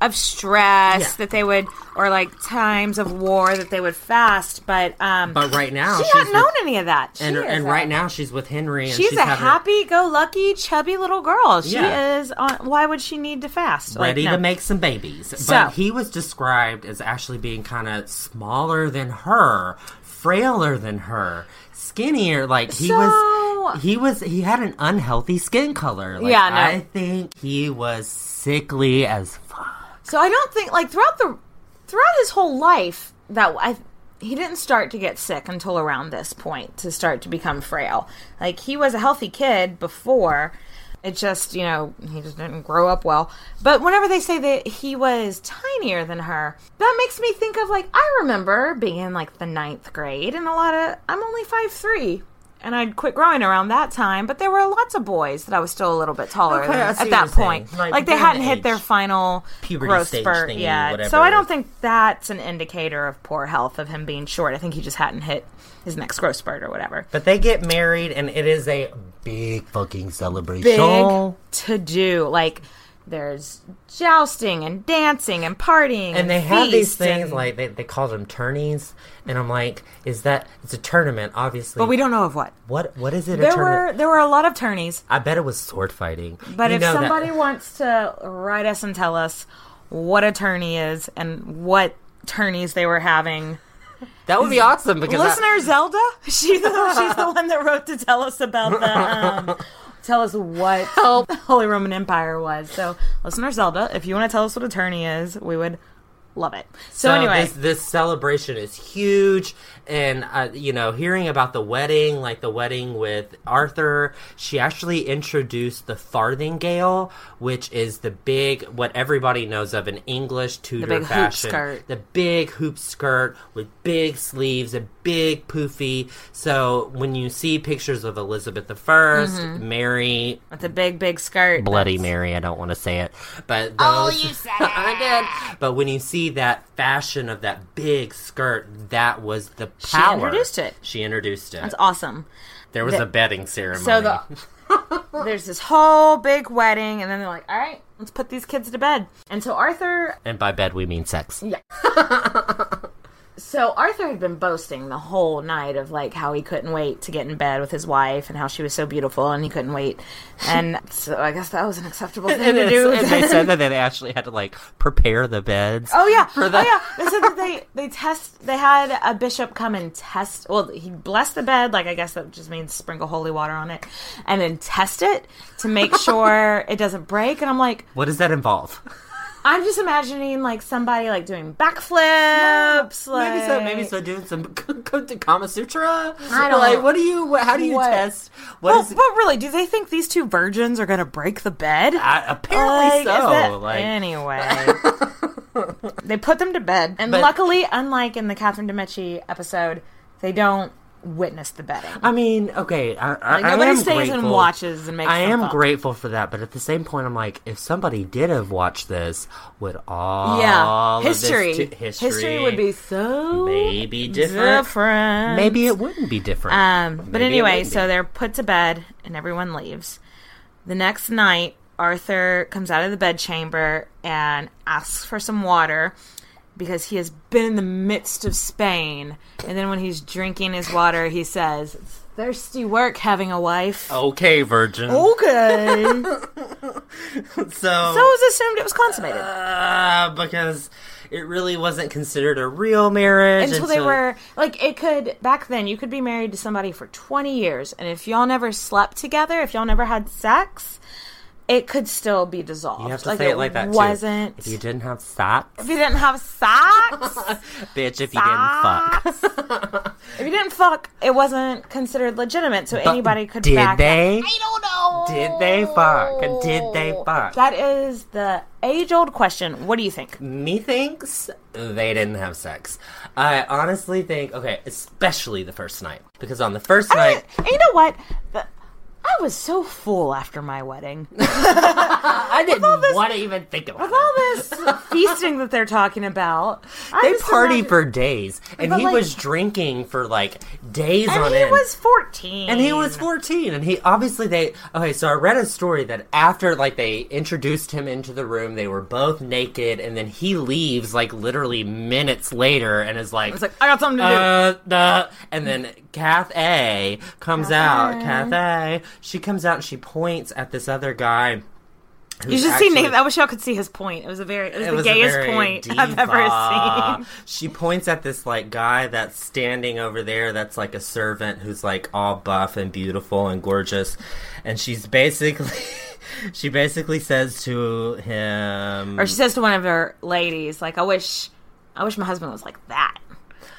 [SPEAKER 6] of stress
[SPEAKER 5] Yeah.
[SPEAKER 6] that they would, or like times of war that they would fast. But um,
[SPEAKER 5] But right now,
[SPEAKER 6] she
[SPEAKER 5] she's
[SPEAKER 6] hadn't known
[SPEAKER 5] with-
[SPEAKER 6] any of that.
[SPEAKER 5] and,
[SPEAKER 6] She is
[SPEAKER 5] and
[SPEAKER 6] a-
[SPEAKER 5] right now she's with Henry. And
[SPEAKER 6] She's,
[SPEAKER 5] she's
[SPEAKER 6] a
[SPEAKER 5] having-
[SPEAKER 6] happy-go-lucky, chubby little girl. She
[SPEAKER 5] Yeah.
[SPEAKER 6] is. On, why would she need to fast? Like,
[SPEAKER 5] ready
[SPEAKER 6] no.
[SPEAKER 5] to make some babies.
[SPEAKER 6] So-
[SPEAKER 5] but he was described as actually being kind of smaller than her, frailer than her, skinnier. Like he
[SPEAKER 6] So-
[SPEAKER 5] was, he was, he had an unhealthy skin color. Like,
[SPEAKER 6] Yeah, no.
[SPEAKER 5] I think he was sickly as fuck.
[SPEAKER 6] So I don't think like throughout the throughout his whole life that I he didn't start to get sick until around this point to start to become frail. Like he was a healthy kid before. It just, you know, he just didn't grow up well. But whenever they say that he was tinier than her, that makes me think of like I remember being in like the ninth grade and a lot of I'm only five three and I'd quit growing around that time, but there were lots of boys that I was still a little bit taller
[SPEAKER 5] Okay, I
[SPEAKER 6] than at
[SPEAKER 5] see what
[SPEAKER 6] that
[SPEAKER 5] you're saying.
[SPEAKER 6] point.
[SPEAKER 5] Like,
[SPEAKER 6] Like, they
[SPEAKER 5] during
[SPEAKER 6] hadn't
[SPEAKER 5] the
[SPEAKER 6] hit their
[SPEAKER 5] age.
[SPEAKER 6] final
[SPEAKER 5] Puberty
[SPEAKER 6] growth
[SPEAKER 5] stage
[SPEAKER 6] spurt
[SPEAKER 5] thingy,
[SPEAKER 6] yet.
[SPEAKER 5] whatever.
[SPEAKER 6] So I don't think that's an indicator of poor health of him being short. I think he just hadn't hit his next growth spurt or whatever.
[SPEAKER 5] But they get married, and it is a big fucking celebration.
[SPEAKER 6] Big to do like. There's jousting and dancing and partying,
[SPEAKER 5] and they have these
[SPEAKER 6] feasts
[SPEAKER 5] things
[SPEAKER 6] and-
[SPEAKER 5] like they, they call them tourneys and i'm like is that it's a tournament obviously
[SPEAKER 6] but we don't know of what.
[SPEAKER 5] what what is it a
[SPEAKER 6] There
[SPEAKER 5] tournament
[SPEAKER 6] were there were a lot of tourneys,
[SPEAKER 5] i bet it was sword fighting
[SPEAKER 6] but
[SPEAKER 5] You
[SPEAKER 6] if
[SPEAKER 5] know that-
[SPEAKER 6] somebody wants to write us and tell us what a tourney is and what tourneys they were having,
[SPEAKER 5] that would be awesome because I-
[SPEAKER 6] listener Zelda. She's the, she's the one that wrote to tell us about the um, tell us what the Holy Roman Empire was. So, listener Zelda, if you want to tell us what attorney is, we would love it. So,
[SPEAKER 5] so
[SPEAKER 6] anyway,
[SPEAKER 5] this, this celebration is huge, and uh, you know, hearing about the wedding, like the wedding with Arthur, she actually introduced the farthingale, which is the big what everybody knows of in English Tudor
[SPEAKER 6] big hoop
[SPEAKER 5] fashion,
[SPEAKER 6] skirt.
[SPEAKER 5] the big hoop skirt with big sleeves and big poofy. So when you see pictures of Elizabeth the 1st
[SPEAKER 6] Mm-hmm.
[SPEAKER 5] Mary,
[SPEAKER 6] with the big big skirt,
[SPEAKER 5] Bloody Mary. I don't want to say it, but oh, you said I did. But when you see that fashion of that big skirt, that was the power.
[SPEAKER 6] introduced it.
[SPEAKER 5] She introduced it.
[SPEAKER 6] It's awesome.
[SPEAKER 5] there was a betting ceremony.
[SPEAKER 6] So the there's this whole big wedding, and then they're like, "All right, let's put these kids to bed." And so Arthur
[SPEAKER 5] and by bed we mean sex.
[SPEAKER 6] So Arthur had been boasting the whole night of like how he couldn't wait to get in bed with his wife and how she was so beautiful and he couldn't wait. And so I guess that was an acceptable thing
[SPEAKER 5] And,
[SPEAKER 6] to
[SPEAKER 5] it's-
[SPEAKER 6] do.
[SPEAKER 5] and they said that they actually had to like prepare the beds.
[SPEAKER 6] Oh yeah,
[SPEAKER 5] for the-
[SPEAKER 6] oh yeah. They said that they they test. They had a bishop come and test. Well, he blessed the bed, like I guess that just means sprinkle holy water on it, and then test it to make sure it doesn't break. And I'm like,
[SPEAKER 5] What does that involve?
[SPEAKER 6] I'm just imagining like somebody like doing backflips. like
[SPEAKER 5] maybe so. Maybe so. Doing some Kama Sutra.
[SPEAKER 6] I don't
[SPEAKER 5] like.
[SPEAKER 6] know.
[SPEAKER 5] What do you? what- How do you
[SPEAKER 6] What?
[SPEAKER 5] test? What
[SPEAKER 6] Well,
[SPEAKER 5] is?
[SPEAKER 6] but really, do they think these two virgins are going to break the bed?
[SPEAKER 5] I- apparently
[SPEAKER 6] Like, is
[SPEAKER 5] so.
[SPEAKER 6] that-
[SPEAKER 5] like
[SPEAKER 6] anyway, They put them to bed. And
[SPEAKER 5] But-
[SPEAKER 6] luckily, unlike in the Catherine DeMichi episode, they don't witness the bedding.
[SPEAKER 5] I mean, okay, I, I,
[SPEAKER 6] Like,
[SPEAKER 5] I
[SPEAKER 6] nobody
[SPEAKER 5] am
[SPEAKER 6] stays and
[SPEAKER 5] grateful.
[SPEAKER 6] watches and makes
[SPEAKER 5] I
[SPEAKER 6] them
[SPEAKER 5] am
[SPEAKER 6] fall.
[SPEAKER 5] grateful for that, but at the same point, I'm like, if somebody did have watched this, would all
[SPEAKER 6] yeah.
[SPEAKER 5] of this
[SPEAKER 6] History.
[SPEAKER 5] t- history
[SPEAKER 6] would be so
[SPEAKER 5] maybe different.
[SPEAKER 6] different.
[SPEAKER 5] Maybe it wouldn't be different.
[SPEAKER 6] Um, but
[SPEAKER 5] Maybe it
[SPEAKER 6] anyway,
[SPEAKER 5] would be.
[SPEAKER 6] so they're put to bed and everyone leaves. The next night, Arthur comes out of the bedchamber and asks for some water because he has been in the midst of Spain. And then when he's drinking his water, he says, "It's thirsty work having a wife.
[SPEAKER 5] okay, Virgin.
[SPEAKER 6] Oh, Okay. so
[SPEAKER 5] so
[SPEAKER 6] it was assumed it was consummated
[SPEAKER 5] uh, because it really wasn't considered a real marriage
[SPEAKER 6] until they were like it could back then you could be married to somebody for 20 years and if y'all never slept together if y'all never had sex it could still be dissolved
[SPEAKER 5] You have to say it like that. too.
[SPEAKER 6] wasn't
[SPEAKER 5] If you didn't have socks,
[SPEAKER 6] if you didn't have sex
[SPEAKER 5] bitch. If you didn't fuck,
[SPEAKER 6] if you didn't fuck it wasn't considered legitimate so anybody could
[SPEAKER 5] did
[SPEAKER 6] back
[SPEAKER 5] they?
[SPEAKER 6] I don't know.
[SPEAKER 5] Did they fuck? Did they fuck?
[SPEAKER 6] That is the age old question. What do you think?
[SPEAKER 5] Methinks they didn't have sex. I honestly think, okay, especially the first night. Because on the first night,
[SPEAKER 6] And you know what? The- I was so full after my wedding.
[SPEAKER 5] I didn't want to even think about
[SPEAKER 6] With all this feasting that they're talking about, I
[SPEAKER 5] They
[SPEAKER 6] just
[SPEAKER 5] party
[SPEAKER 6] imagine-
[SPEAKER 5] for days, and
[SPEAKER 6] But,
[SPEAKER 5] he
[SPEAKER 6] like-
[SPEAKER 5] was drinking for like days
[SPEAKER 6] And
[SPEAKER 5] on
[SPEAKER 6] he
[SPEAKER 5] end.
[SPEAKER 6] was fourteen.
[SPEAKER 5] and he was 14 and he obviously they okay so i read a story that after like they introduced him into the room they were both naked and then he leaves like literally minutes later and is like,
[SPEAKER 6] It's like I got something to do.
[SPEAKER 5] uh, the, and then Kath A comes out. Kath A, she comes out and she points at this other guy.
[SPEAKER 6] you
[SPEAKER 5] who's
[SPEAKER 6] should see
[SPEAKER 5] actually-
[SPEAKER 6] Nathan. I wish y'all could see his point. It was a very it was
[SPEAKER 5] it
[SPEAKER 6] the
[SPEAKER 5] was a
[SPEAKER 6] gayest
[SPEAKER 5] very
[SPEAKER 6] point I've ever
[SPEAKER 5] diva.
[SPEAKER 6] seen.
[SPEAKER 5] She points at this like guy that's standing over there that's like a servant who's like all buff and beautiful and gorgeous and she's basically she basically says to him
[SPEAKER 6] Or she says to one of her ladies, like, I wish I wish my husband was like that.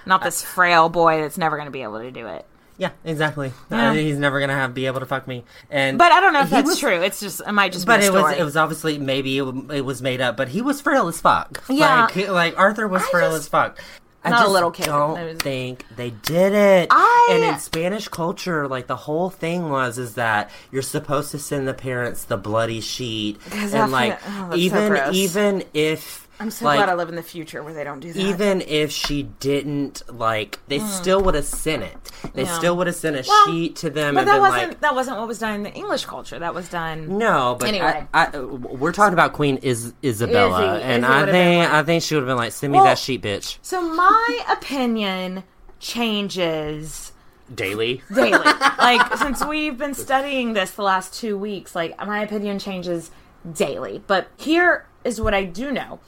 [SPEAKER 6] Not this frail boy that's never gonna be able to do it.
[SPEAKER 5] Yeah, exactly.
[SPEAKER 6] Yeah.
[SPEAKER 5] Uh, he's never going to have be able to fuck me. And
[SPEAKER 6] But I don't know if
[SPEAKER 5] he
[SPEAKER 6] that's
[SPEAKER 5] was-
[SPEAKER 6] true. It's just it might just
[SPEAKER 5] But
[SPEAKER 6] be a
[SPEAKER 5] it was
[SPEAKER 6] story.
[SPEAKER 5] it was obviously maybe it, w- it was made up, but he was frail as fuck.
[SPEAKER 6] Yeah.
[SPEAKER 5] like, he- like Arthur was frail as fuck. I
[SPEAKER 6] not a
[SPEAKER 5] just
[SPEAKER 6] little kid.
[SPEAKER 5] Don't
[SPEAKER 6] It was-
[SPEAKER 5] think they did it.
[SPEAKER 6] I-
[SPEAKER 5] and in Spanish culture, like the whole thing was is that you're supposed to send the parents the bloody sheet,
[SPEAKER 6] after-
[SPEAKER 5] and like
[SPEAKER 6] oh, that's so
[SPEAKER 5] even
[SPEAKER 6] gross.
[SPEAKER 5] even if
[SPEAKER 6] I'm so
[SPEAKER 5] like,
[SPEAKER 6] glad I live in the future where they don't do that. Mm.
[SPEAKER 5] even if she didn't like, they still would have sent it. They
[SPEAKER 6] Yeah.
[SPEAKER 5] still would have sent a
[SPEAKER 6] Well,
[SPEAKER 5] sheet to them,
[SPEAKER 6] but
[SPEAKER 5] and
[SPEAKER 6] that
[SPEAKER 5] been
[SPEAKER 6] wasn't
[SPEAKER 5] like,
[SPEAKER 6] that wasn't what was done in the English culture. That was done
[SPEAKER 5] No, but
[SPEAKER 6] Anyway.
[SPEAKER 5] I, I, we're talking about Queen Is, Isabella,
[SPEAKER 6] Izzy.
[SPEAKER 5] and
[SPEAKER 6] Izzy
[SPEAKER 5] I
[SPEAKER 6] would've been
[SPEAKER 5] think I think she would have been like, "Send me
[SPEAKER 6] Well-
[SPEAKER 5] that sheet, bitch."
[SPEAKER 6] So my opinion changes
[SPEAKER 5] Daily.
[SPEAKER 6] daily. like since we've been studying this the last 2 weeks, like my opinion changes daily. But here is what I do know.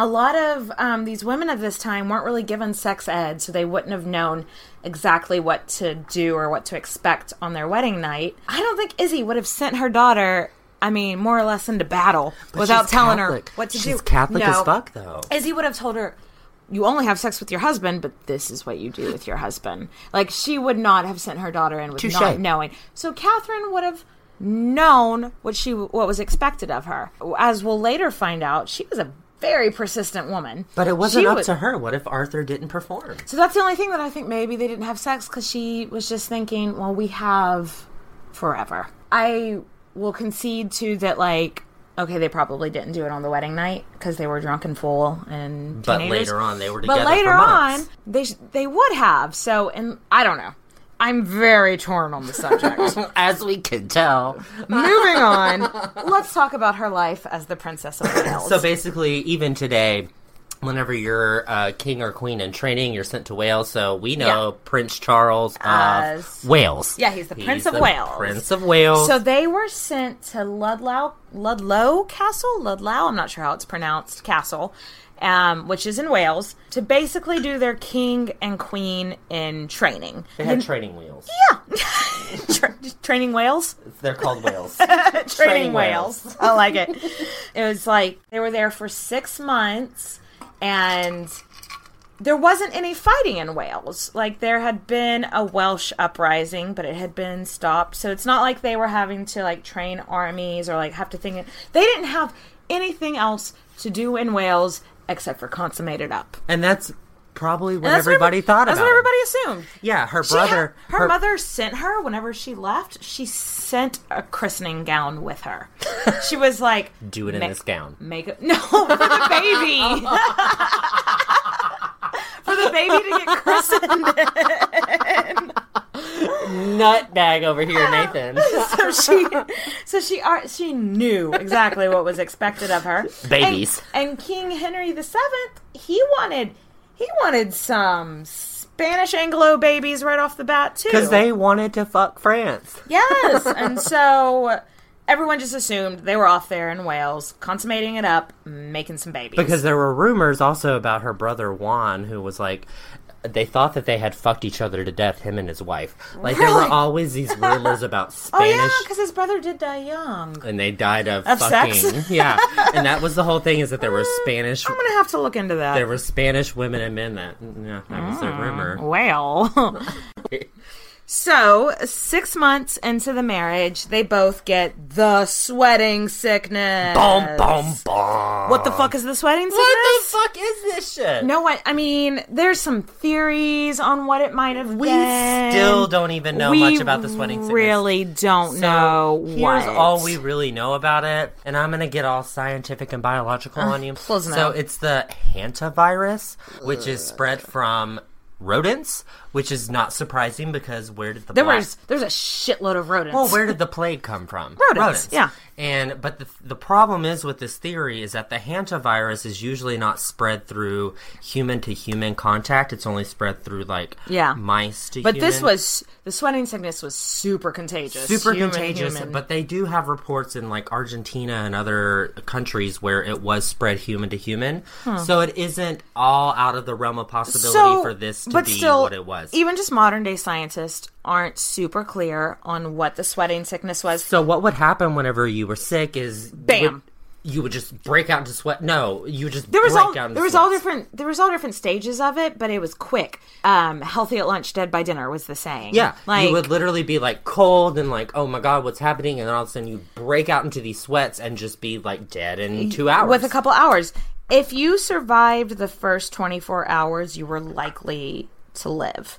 [SPEAKER 6] A lot of um, these women of this time weren't really given sex ed, so they wouldn't have known exactly what to do or what to expect on their wedding night. I don't think Izzy would have sent her daughter, I mean, more or less into battle without
[SPEAKER 5] she's
[SPEAKER 6] telling
[SPEAKER 5] Catholic.
[SPEAKER 6] her what to
[SPEAKER 5] She's
[SPEAKER 6] do.
[SPEAKER 5] Catholic
[SPEAKER 6] No.
[SPEAKER 5] as fuck, though.
[SPEAKER 6] Izzy would have told her, "You only have sex with your husband, but this is what you do with your husband." Like she would not have sent her daughter in with
[SPEAKER 5] Touche.
[SPEAKER 6] not knowing. So Catherine would have known what she what was expected of her. As we'll later find out, she was a very persistent woman.
[SPEAKER 5] But it wasn't
[SPEAKER 6] She
[SPEAKER 5] up
[SPEAKER 6] would-
[SPEAKER 5] to her. What if Arthur didn't perform?
[SPEAKER 6] So that's the only thing that I think maybe they didn't have sex because she was just thinking, "Well, we have forever." I will concede to that, like. Okay, they probably didn't do it on the wedding night because they were drunk and full and
[SPEAKER 5] But
[SPEAKER 6] teenagers.
[SPEAKER 5] later on, they were together.
[SPEAKER 6] But later
[SPEAKER 5] for
[SPEAKER 6] on,
[SPEAKER 5] months.
[SPEAKER 6] they sh- they would have. So, and I don't know. I'm very torn on the subject.
[SPEAKER 5] as we can tell.
[SPEAKER 6] Moving on, let's talk about her life as the princess of Wales.
[SPEAKER 5] So basically, even today. Whenever you're uh, king or queen in training, you're sent to Wales. So we know Prince Charles of
[SPEAKER 6] As-
[SPEAKER 5] Wales.
[SPEAKER 6] yeah, he's the Prince of
[SPEAKER 5] the
[SPEAKER 6] Wales.
[SPEAKER 5] Prince of Wales.
[SPEAKER 6] So they were sent to Ludlow, Ludlow Castle, Ludlow. I'm not sure how it's pronounced. Castle, um, which is in Wales, to basically do their king and queen in training.
[SPEAKER 5] they had training wheels.
[SPEAKER 6] Tra- training Wales.
[SPEAKER 5] They're called whales.
[SPEAKER 6] training
[SPEAKER 5] Training
[SPEAKER 6] whales.
[SPEAKER 5] whales.
[SPEAKER 6] I like it. It was like they were there for six months and there wasn't any fighting in Wales. Like there had been a Welsh uprising, but it had been stopped. So it's not like they were having to like train armies or like have to think they didn't have anything else to do in Wales except for consummated up.
[SPEAKER 5] And that's probably what
[SPEAKER 6] And that's
[SPEAKER 5] everybody
[SPEAKER 6] every-
[SPEAKER 5] thought
[SPEAKER 6] That's
[SPEAKER 5] about.
[SPEAKER 6] what
[SPEAKER 5] it.
[SPEAKER 6] everybody assumed.
[SPEAKER 5] Yeah, her
[SPEAKER 6] She had-
[SPEAKER 5] brother.
[SPEAKER 6] her, mother sent her whenever she left. She sent a christening gown with her. she was like,
[SPEAKER 5] Do it in
[SPEAKER 6] "Ma-
[SPEAKER 5] this gown.
[SPEAKER 6] Make it no for the baby. for the baby to get christened.
[SPEAKER 5] Nutbag over here, Nathan.
[SPEAKER 6] so she, so she, ar- she knew exactly what was expected of her.
[SPEAKER 5] Babies.
[SPEAKER 6] And, and King Henry the Seventh, he wanted, he wanted some Spanish Anglo babies right off the bat too,
[SPEAKER 5] Because they wanted to fuck France.
[SPEAKER 6] Yes. and so everyone just assumed they were off there in Wales, consummating it up, making some babies.
[SPEAKER 5] Because there were rumors also about her brother Juan, who was like, they thought that they had fucked each other to death, him and his wife. Like there
[SPEAKER 6] Really?
[SPEAKER 5] were always these rumors about
[SPEAKER 6] oh
[SPEAKER 5] Spanish,
[SPEAKER 6] yeah, because his brother did die young.
[SPEAKER 5] and they died of,
[SPEAKER 6] Of
[SPEAKER 5] fucking.
[SPEAKER 6] sex?
[SPEAKER 5] yeah, and that was the whole thing is that there were Spanish,
[SPEAKER 6] I'm gonna have to look into that.
[SPEAKER 5] there were Spanish women and men that. Yeah, that was the
[SPEAKER 6] Mm.
[SPEAKER 5] rumor.
[SPEAKER 6] Well. so, six months into the marriage, they both get the sweating sickness.
[SPEAKER 5] Boom, boom, boom.
[SPEAKER 6] What the fuck is the sweating sickness?
[SPEAKER 5] What the fuck is this shit?
[SPEAKER 6] No one, I mean, there's some theories on what it might have
[SPEAKER 5] we
[SPEAKER 6] been.
[SPEAKER 5] still don't even know
[SPEAKER 6] We
[SPEAKER 5] much about the sweating sickness.
[SPEAKER 6] really don't
[SPEAKER 5] So,
[SPEAKER 6] know
[SPEAKER 5] here's
[SPEAKER 6] what.
[SPEAKER 5] all we really know about it, and I'm gonna get all scientific and biological on you.
[SPEAKER 6] please no.
[SPEAKER 5] So it's the hantavirus, which is spread from rodents, which is not surprising because where did the
[SPEAKER 6] there
[SPEAKER 5] black-
[SPEAKER 6] was there's a shitload of rodents.
[SPEAKER 5] well, where did the plague come from?
[SPEAKER 6] Rodents, yeah.
[SPEAKER 5] And but the the problem is with this theory is that the hantavirus is usually not spread through human to human contact. It's only spread through like
[SPEAKER 6] Yeah.
[SPEAKER 5] mice to
[SPEAKER 6] but this
[SPEAKER 5] human.
[SPEAKER 6] was the sweating sickness was super contagious.
[SPEAKER 5] super
[SPEAKER 6] Human,
[SPEAKER 5] contagious
[SPEAKER 6] human.
[SPEAKER 5] but they do have reports in like argentina and other countries where it was spread human to human so it isn't all out of the realm of possibility for this to
[SPEAKER 6] but
[SPEAKER 5] be
[SPEAKER 6] still,
[SPEAKER 5] what it was
[SPEAKER 6] Even just modern day scientists aren't super clear on what the sweating sickness was.
[SPEAKER 5] so what would happen whenever you were sick is
[SPEAKER 6] Bam.
[SPEAKER 5] would- you would just break out into sweat no you would just
[SPEAKER 6] there was
[SPEAKER 5] break
[SPEAKER 6] all
[SPEAKER 5] out into
[SPEAKER 6] there was all
[SPEAKER 5] sweats.
[SPEAKER 6] different there was all different stages of it, but it was quick. Um, healthy at lunch, dead by dinner was the saying.
[SPEAKER 5] yeah,
[SPEAKER 6] like
[SPEAKER 5] you would literally be like cold and like, oh my god, what's happening? And then all of a sudden you break out into these sweats and just be like dead in two hours.
[SPEAKER 6] with a couple hours. If you survived the first 24 hours, you were likely to live.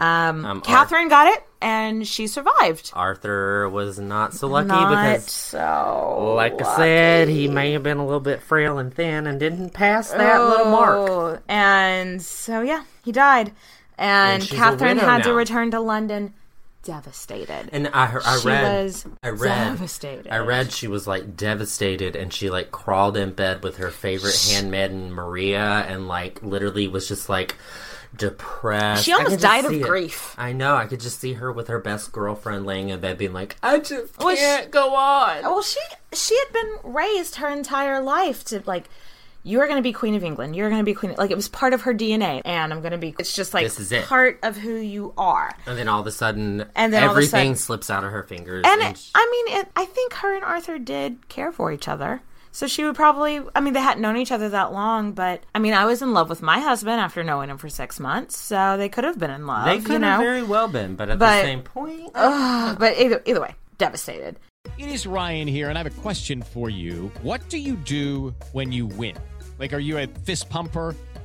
[SPEAKER 6] Um,
[SPEAKER 5] Um,
[SPEAKER 6] Catherine got it, and she survived.
[SPEAKER 5] Arthur was not so lucky
[SPEAKER 6] Not
[SPEAKER 5] because
[SPEAKER 6] so.
[SPEAKER 5] Like I said, he may have been a little bit frail and thin and didn't pass that little mark.
[SPEAKER 6] Oh, And so, yeah, he died. And,
[SPEAKER 5] And she's a
[SPEAKER 6] Catherine
[SPEAKER 5] widow
[SPEAKER 6] had to
[SPEAKER 5] now.
[SPEAKER 6] return to London devastated.
[SPEAKER 5] And I, I
[SPEAKER 6] She
[SPEAKER 5] read,
[SPEAKER 6] was
[SPEAKER 5] I read,
[SPEAKER 6] devastated.
[SPEAKER 5] I read she was like devastated, and she like crawled in bed with her favorite handmaiden Maria, and like literally was just like depressed.
[SPEAKER 6] She
[SPEAKER 5] I
[SPEAKER 6] almost
[SPEAKER 5] could just
[SPEAKER 6] died of
[SPEAKER 5] see it.
[SPEAKER 6] grief.
[SPEAKER 5] I know. I could just see her with her best girlfriend laying in bed, being like,
[SPEAKER 6] Oh.
[SPEAKER 5] "I just
[SPEAKER 6] Well, she-
[SPEAKER 5] can't go on."
[SPEAKER 6] well, she she had been raised her entire life to like, you are going to be queen of England. You're going to be queen. Like it was part of her DNA, and I'm going to be. It's just like
[SPEAKER 5] This is it.
[SPEAKER 6] part of who you are.
[SPEAKER 5] And then all of a sudden,
[SPEAKER 6] And then all of a
[SPEAKER 5] everything
[SPEAKER 6] sudden-
[SPEAKER 5] slips out of her fingers.
[SPEAKER 6] And it,
[SPEAKER 5] she-
[SPEAKER 6] I mean, it, I think her and Arthur did care for each other. So she would probably, I mean, they hadn't known each other that long, but I mean, I was in love with my husband after knowing him for six months. So they could have been in love.
[SPEAKER 5] they
[SPEAKER 6] you
[SPEAKER 5] could
[SPEAKER 6] know?
[SPEAKER 5] have very well been, but at
[SPEAKER 6] But-
[SPEAKER 5] the same point,
[SPEAKER 6] But either, either way, devastated.
[SPEAKER 7] It is Ryan here, and I have a question for you. What do you do when you win? Like, are you a fist pumper?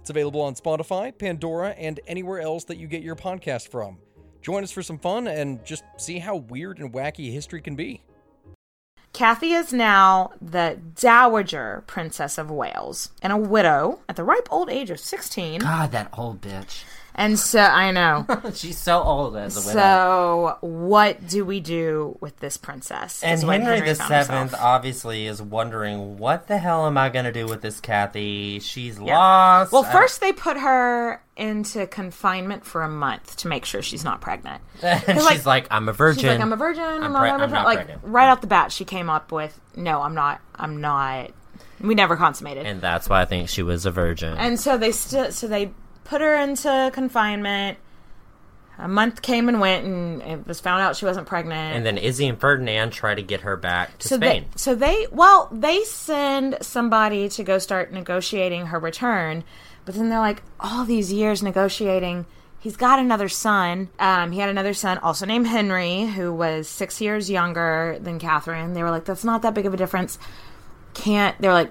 [SPEAKER 8] It's available on Spotify, Pandora, and anywhere else that you get your podcast from. Join us for some fun and just see how weird and wacky history can be.
[SPEAKER 6] Kathy is now the Dowager Princess of Wales and a widow at the ripe old age of 16.
[SPEAKER 5] God, that old bitch.
[SPEAKER 6] And so I know.
[SPEAKER 5] She's so old as a widow.
[SPEAKER 6] so what do we do with this princess?
[SPEAKER 5] And
[SPEAKER 6] is what
[SPEAKER 5] Henry the
[SPEAKER 6] found
[SPEAKER 5] Seventh
[SPEAKER 6] himself.
[SPEAKER 5] obviously is wondering, what the hell am I going to do with this Kathy? She's lost. Uh,
[SPEAKER 6] Well,
[SPEAKER 5] I-
[SPEAKER 6] first they put her into confinement for a month to make sure she's not pregnant.
[SPEAKER 5] and
[SPEAKER 6] They're
[SPEAKER 5] she's like, I'm a virgin.
[SPEAKER 6] She's like, I'm a virgin. I'm,
[SPEAKER 5] I'm,
[SPEAKER 6] not,
[SPEAKER 5] pre-
[SPEAKER 6] I'm a
[SPEAKER 5] I'm
[SPEAKER 6] virgin."
[SPEAKER 5] not
[SPEAKER 6] like
[SPEAKER 5] pregnant.
[SPEAKER 6] right off the bat, she came up with, "No, I'm not. I'm not." We never consummated.
[SPEAKER 5] And that's why I think she was a virgin.
[SPEAKER 6] And so they still, so they put her into confinement. A month came and went, and it was found out she wasn't pregnant.
[SPEAKER 5] And then Izzy and Ferdinand try to get her back to
[SPEAKER 6] so
[SPEAKER 5] Spain.
[SPEAKER 6] They, so they, well, they send somebody to go start negotiating her return, but then they're like, all these years negotiating. He's got another son. Um, he had another son, also named Henry, who was six years younger than Catherine. They were like, that's not that big of a difference. Can't, they're like,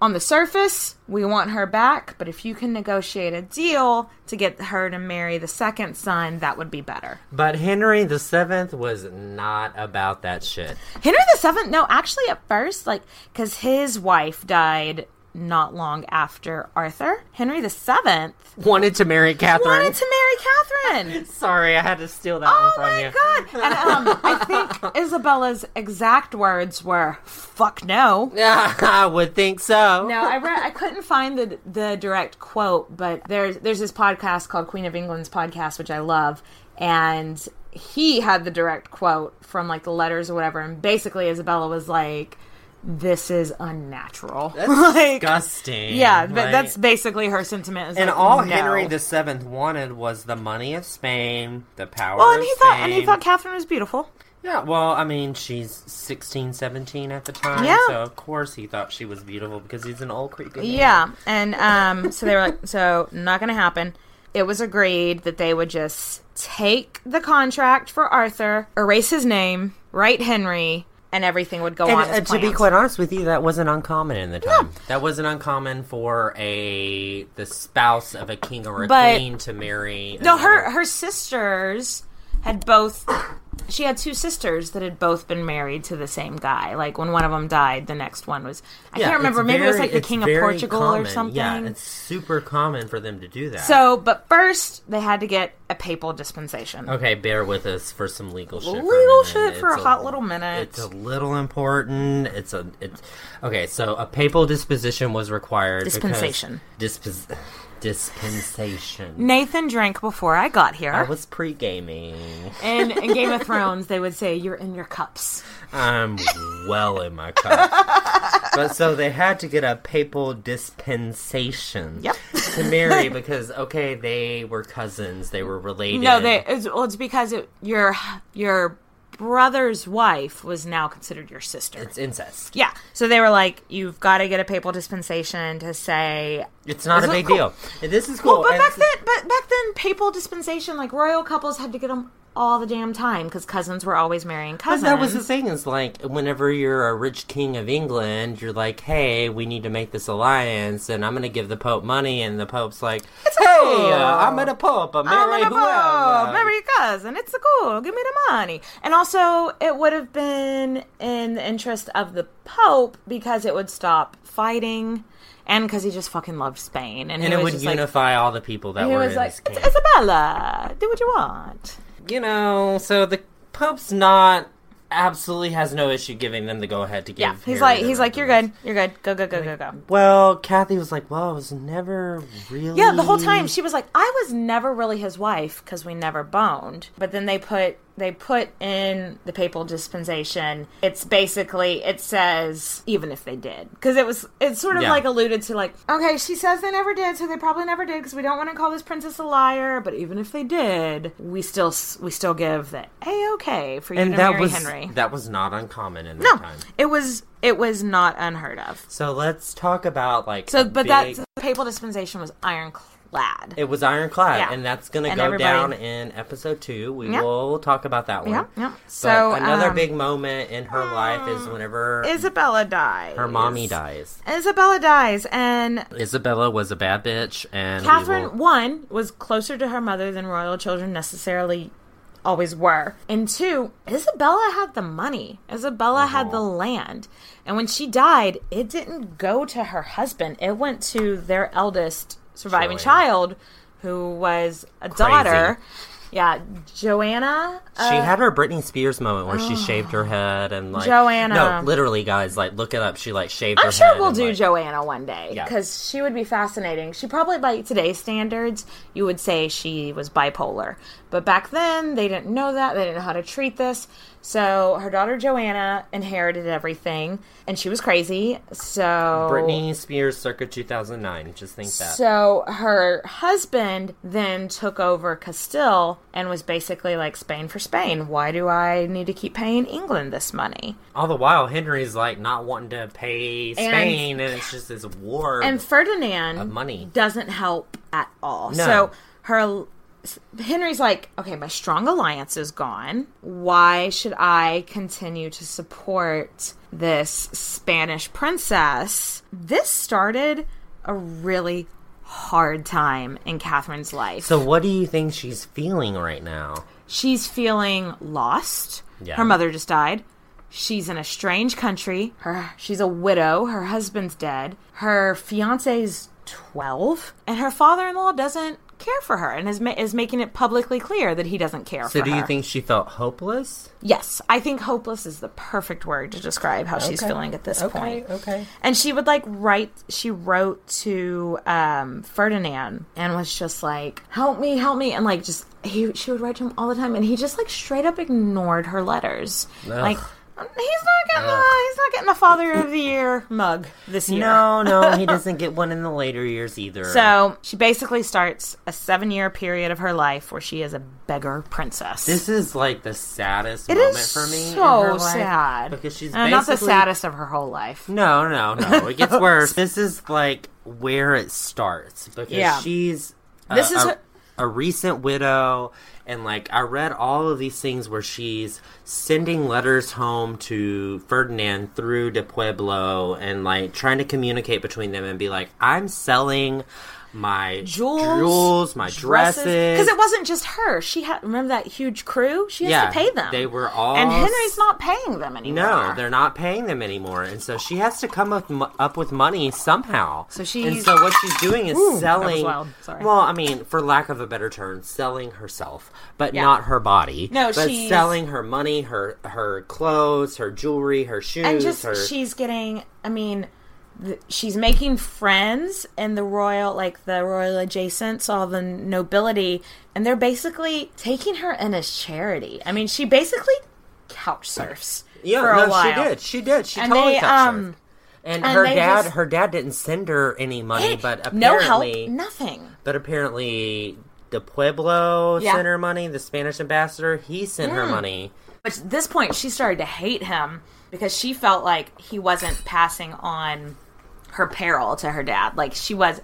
[SPEAKER 6] on the surface, we want her back, but if you can negotiate a deal to get her to marry the second son, that would be better.
[SPEAKER 5] but Henry the Seventh was not about that shit.
[SPEAKER 6] Henry the Seventh. No, actually, at first, like, because his wife died not long after Arthur. Henry the Seventh
[SPEAKER 5] Wanted to marry Catherine.
[SPEAKER 6] wanted to marry Catherine.
[SPEAKER 5] Sorry, I had to steal that
[SPEAKER 6] Oh
[SPEAKER 5] one from you.
[SPEAKER 6] my god! And um, I think Isabella's exact words were "fuck no."
[SPEAKER 5] I would think so.
[SPEAKER 6] No, I read. I couldn't find the the direct quote, but there's there's this podcast called Queen of England's podcast, which I love, and he had the direct quote from like the letters or whatever, and basically Isabella was like, "This is unnatural." That's
[SPEAKER 5] Disgusting.
[SPEAKER 6] Yeah, but
[SPEAKER 5] Like-
[SPEAKER 6] that's basically her sentiment. Is
[SPEAKER 5] And
[SPEAKER 6] like,
[SPEAKER 5] all
[SPEAKER 6] no.
[SPEAKER 5] Henry the Seventh wanted was the money of Spain, the power
[SPEAKER 6] Well, and
[SPEAKER 5] of
[SPEAKER 6] he thought and he
[SPEAKER 5] Spain.
[SPEAKER 6] thought Catherine was beautiful.
[SPEAKER 5] Yeah, well, I mean, she's 16, 17 at the time,
[SPEAKER 6] Yeah.
[SPEAKER 5] so of course he thought she was beautiful because he's an old creepy man.
[SPEAKER 6] Yeah, and um, so they were like, so not going to happen. It was agreed that they would just take the contract for Arthur, erase his name, write Henry, and everything would go
[SPEAKER 5] And
[SPEAKER 6] on. As
[SPEAKER 5] uh, to be
[SPEAKER 6] planned.
[SPEAKER 5] quite honest with you, that wasn't uncommon in the time. That wasn't uncommon for a the spouse of a king or a
[SPEAKER 6] But-
[SPEAKER 5] queen to marry.
[SPEAKER 6] no,
[SPEAKER 5] another-
[SPEAKER 6] her her sisters had both. She had two sisters that had both been married to the same guy. Like when one of them died, the next one was. I
[SPEAKER 5] Yeah,
[SPEAKER 6] can't remember.
[SPEAKER 5] it's
[SPEAKER 6] Maybe it was
[SPEAKER 5] very-
[SPEAKER 6] like the
[SPEAKER 5] it's
[SPEAKER 6] king of
[SPEAKER 5] very
[SPEAKER 6] Portugal
[SPEAKER 5] common.
[SPEAKER 6] or something.
[SPEAKER 5] Yeah, it's super common for them to do that.
[SPEAKER 6] so, but first they had to get a papal dispensation.
[SPEAKER 5] Okay, bear with us for some legal shit. for a
[SPEAKER 6] Legal
[SPEAKER 5] minute.
[SPEAKER 6] shit for
[SPEAKER 5] It's
[SPEAKER 6] a hot little minute.
[SPEAKER 5] It's a little important. It's a it's okay. So a papal disposition was required. because-
[SPEAKER 6] Dispensation.
[SPEAKER 5] Dispos- dispensation.
[SPEAKER 6] Nathan drank before I got
[SPEAKER 5] I
[SPEAKER 6] here.
[SPEAKER 5] was pre gaming.
[SPEAKER 6] And in Game of Thrones, they would say, You're in your cups.
[SPEAKER 5] I'm well in my cup. but so they had to get a papal dispensation
[SPEAKER 6] Yep.
[SPEAKER 5] to marry because okay, they were cousins, they were related.
[SPEAKER 6] No, they, it's, well, it's because it, your, your brother's wife was now considered your sister.
[SPEAKER 5] it's incest.
[SPEAKER 6] yeah. So they were like, You've got to get a papal dispensation to say.
[SPEAKER 5] It's not
[SPEAKER 6] Isn't
[SPEAKER 5] a
[SPEAKER 6] it
[SPEAKER 5] big
[SPEAKER 6] cool?
[SPEAKER 5] deal. This is cool.
[SPEAKER 6] Well, but
[SPEAKER 5] and
[SPEAKER 6] back
[SPEAKER 5] this is-
[SPEAKER 6] then, but back then, papal dispensation, like royal couples had to get them all the damn time because cousins were always marrying
[SPEAKER 5] But
[SPEAKER 6] cousins.
[SPEAKER 5] that was the thing. Is like whenever you're a rich king of England, you're like, "Hey, we need to make this alliance, and I'm going to give the Pope money." And the Pope's like, "Hey, uh, I'm going to Pope. i
[SPEAKER 6] I'm
[SPEAKER 5] marry
[SPEAKER 6] gonna
[SPEAKER 5] whoever."
[SPEAKER 6] vote. Marry your cousin. It's cool. Give me the money. And also, it would have been in the interest of the Pope because it would stop fighting, and because he just fucking loved Spain, and,
[SPEAKER 5] and
[SPEAKER 6] he
[SPEAKER 5] it
[SPEAKER 6] was
[SPEAKER 5] would
[SPEAKER 6] just like-
[SPEAKER 5] unify all the people that
[SPEAKER 6] he
[SPEAKER 5] were
[SPEAKER 6] was
[SPEAKER 5] in
[SPEAKER 6] like,
[SPEAKER 5] this
[SPEAKER 6] "It's
[SPEAKER 5] camp.
[SPEAKER 6] Isabella, do what you want.
[SPEAKER 5] you know, so the Pope's not absolutely has no issue giving them the go ahead to give.
[SPEAKER 6] Yeah, he's
[SPEAKER 5] Harry
[SPEAKER 6] like,
[SPEAKER 5] the
[SPEAKER 6] he's like, you're
[SPEAKER 5] residence.
[SPEAKER 6] good, you're good, go, go, go, go, go.
[SPEAKER 5] Well, Kathy was like, "Well, I was never really."
[SPEAKER 6] Yeah, the whole time
[SPEAKER 5] Mm.
[SPEAKER 6] she was like, I was never really his wife because we never boned. But then they put they put in the papal dispensation. It's basically it says even if they did because it was it's sort of
[SPEAKER 5] Yeah.
[SPEAKER 6] like alluded to like okay she says they never did so they probably never did because we don't want to call this princess a liar but even if they did we still s- we still give the a okay for you
[SPEAKER 5] and
[SPEAKER 6] to
[SPEAKER 5] that
[SPEAKER 6] marry
[SPEAKER 5] was
[SPEAKER 6] Henry.
[SPEAKER 5] that was not uncommon in that
[SPEAKER 6] no,
[SPEAKER 5] time.
[SPEAKER 6] it was it was not unheard of.
[SPEAKER 5] So let's talk about like
[SPEAKER 6] So,
[SPEAKER 5] a
[SPEAKER 6] but
[SPEAKER 5] big-
[SPEAKER 6] that's the papal dispensation was ironclad.
[SPEAKER 5] It was ironclad,
[SPEAKER 6] Yeah.
[SPEAKER 5] and that's going to
[SPEAKER 6] And
[SPEAKER 5] go
[SPEAKER 6] everybody-
[SPEAKER 5] down in episode two. We
[SPEAKER 6] Yeah.
[SPEAKER 5] will talk about that one.
[SPEAKER 6] Yeah, yeah.
[SPEAKER 5] But
[SPEAKER 6] So,
[SPEAKER 5] another
[SPEAKER 6] um,
[SPEAKER 5] big moment in her life is whenever
[SPEAKER 6] Isabella dies.
[SPEAKER 5] her mommy dies.
[SPEAKER 6] Isabella dies, and
[SPEAKER 5] Isabella was a bad bitch, and we
[SPEAKER 6] Catherine
[SPEAKER 5] will-
[SPEAKER 6] one was closer to her mother than royal children necessarily always were, and two, Isabella had the money. Isabella
[SPEAKER 5] Uh-huh.
[SPEAKER 6] had the land, and when she died, it didn't go to her husband. It went to their eldest surviving
[SPEAKER 5] Jillian.
[SPEAKER 6] child, who was a
[SPEAKER 5] Crazy.
[SPEAKER 6] daughter. Yeah, Joanna. uh,
[SPEAKER 5] she had her Britney Spears moment where she shaved her head and like
[SPEAKER 6] Joanna.
[SPEAKER 5] No, literally, guys, like look it up. She like shaved
[SPEAKER 6] I'm
[SPEAKER 5] her
[SPEAKER 6] sure
[SPEAKER 5] head
[SPEAKER 6] we'll
[SPEAKER 5] and,
[SPEAKER 6] do
[SPEAKER 5] like-
[SPEAKER 6] Joanna one day
[SPEAKER 5] Yeah.
[SPEAKER 6] because she would be fascinating. She probably, by today's standards, you would say she was bipolar. But back then, they didn't know that. They didn't know how to treat this. So her daughter Joanna inherited everything, and she was crazy. So
[SPEAKER 5] Britney Spears circa 2009. Just think that.
[SPEAKER 6] So her husband then took over Castile and was basically like Spain for Spain. Why do I need to keep paying England this money?
[SPEAKER 5] All the while, Henry's like not wanting to pay Spain, and, it's just this war.
[SPEAKER 6] and Ferdinand
[SPEAKER 5] of money.
[SPEAKER 6] doesn't help at all.
[SPEAKER 5] No.
[SPEAKER 6] So her Henry's like, okay, my strong alliance is gone. Why should I continue to support this Spanish princess? This started a really hard time in Catherine's life.
[SPEAKER 5] so, what do you think she's feeling right now?
[SPEAKER 6] She's feeling lost.
[SPEAKER 5] Yeah.
[SPEAKER 6] Her mother just died. She's in a strange country. Her she's a widow. Her husband's dead. Her fiance's 12 and her father-in-law doesn't care for her and is ma- is making it publicly clear that he doesn't care
[SPEAKER 5] So,
[SPEAKER 6] for
[SPEAKER 5] do
[SPEAKER 6] her.
[SPEAKER 5] you think she felt hopeless?
[SPEAKER 6] Yes, I think hopeless is the perfect word to describe how she's
[SPEAKER 5] Okay.
[SPEAKER 6] feeling at this
[SPEAKER 5] Okay,
[SPEAKER 6] point.
[SPEAKER 5] okay.
[SPEAKER 6] And she would like write, she wrote to um, Ferdinand and was just like, help me, help me. And like, just, he, she would write to him all the time. And he just like straight up ignored her letters.
[SPEAKER 5] Ugh.
[SPEAKER 6] Like, he's not getting a, he's not getting a father of the year mug this year.
[SPEAKER 5] No, no, he doesn't get one in the later years either.
[SPEAKER 6] So she basically starts a seven year period of her life where she is a beggar princess.
[SPEAKER 5] This is like the saddest
[SPEAKER 6] It
[SPEAKER 5] moment
[SPEAKER 6] is
[SPEAKER 5] for me. in
[SPEAKER 6] so
[SPEAKER 5] her life
[SPEAKER 6] sad.
[SPEAKER 5] because she's
[SPEAKER 6] Uh, not the
[SPEAKER 5] basically-
[SPEAKER 6] saddest of her whole life.
[SPEAKER 5] No, no, no. It gets worse. this is like where it starts because
[SPEAKER 6] Yeah.
[SPEAKER 5] she's a,
[SPEAKER 6] This is
[SPEAKER 5] a,
[SPEAKER 6] her-
[SPEAKER 5] a recent widow, and like I read all of these things where she's sending letters home to Ferdinand through De Pueblo and like trying to communicate between them and be like, I'm selling my
[SPEAKER 6] Jewels,
[SPEAKER 5] jewels my dresses,
[SPEAKER 6] because it wasn't just her. She had remember that huge crew. She has
[SPEAKER 5] Yeah,
[SPEAKER 6] to pay them.
[SPEAKER 5] they were all
[SPEAKER 6] and Henry's not paying them anymore.
[SPEAKER 5] No, they're not paying them anymore, and so she has to come up, up with money somehow.
[SPEAKER 6] So
[SPEAKER 5] and
[SPEAKER 6] she's-
[SPEAKER 5] so what she's doing is
[SPEAKER 6] Ooh, that was
[SPEAKER 5] selling.
[SPEAKER 6] loud. Sorry.
[SPEAKER 5] Well, I mean, for lack of a better term, selling herself, but
[SPEAKER 6] Yeah.
[SPEAKER 5] not her body.
[SPEAKER 6] No,
[SPEAKER 5] but
[SPEAKER 6] she's-
[SPEAKER 5] selling her money, her her clothes, her jewelry, her shoes.
[SPEAKER 6] and just
[SPEAKER 5] her...
[SPEAKER 6] she's getting. I mean, th- she's making friends in the royal, like the royal adjacents, all the nobility, and they're basically taking her in as charity. I mean, she basically couch surfs
[SPEAKER 5] yeah,
[SPEAKER 6] for a
[SPEAKER 5] no,
[SPEAKER 6] while.
[SPEAKER 5] she did. She did. She
[SPEAKER 6] And
[SPEAKER 5] totally
[SPEAKER 6] they,
[SPEAKER 5] got
[SPEAKER 6] um,
[SPEAKER 5] served. And,
[SPEAKER 6] and
[SPEAKER 5] her
[SPEAKER 6] they
[SPEAKER 5] dad,
[SPEAKER 6] just-
[SPEAKER 5] her dad didn't send her any money, but
[SPEAKER 6] no
[SPEAKER 5] apparently
[SPEAKER 6] help, nothing.
[SPEAKER 5] But apparently, the Pueblo
[SPEAKER 6] Yeah. Mm.
[SPEAKER 5] sent her money. The Spanish ambassador, he sent her money.
[SPEAKER 6] But at this point, she started to hate him because she felt like he wasn't passing on her peril to her dad. Like she was,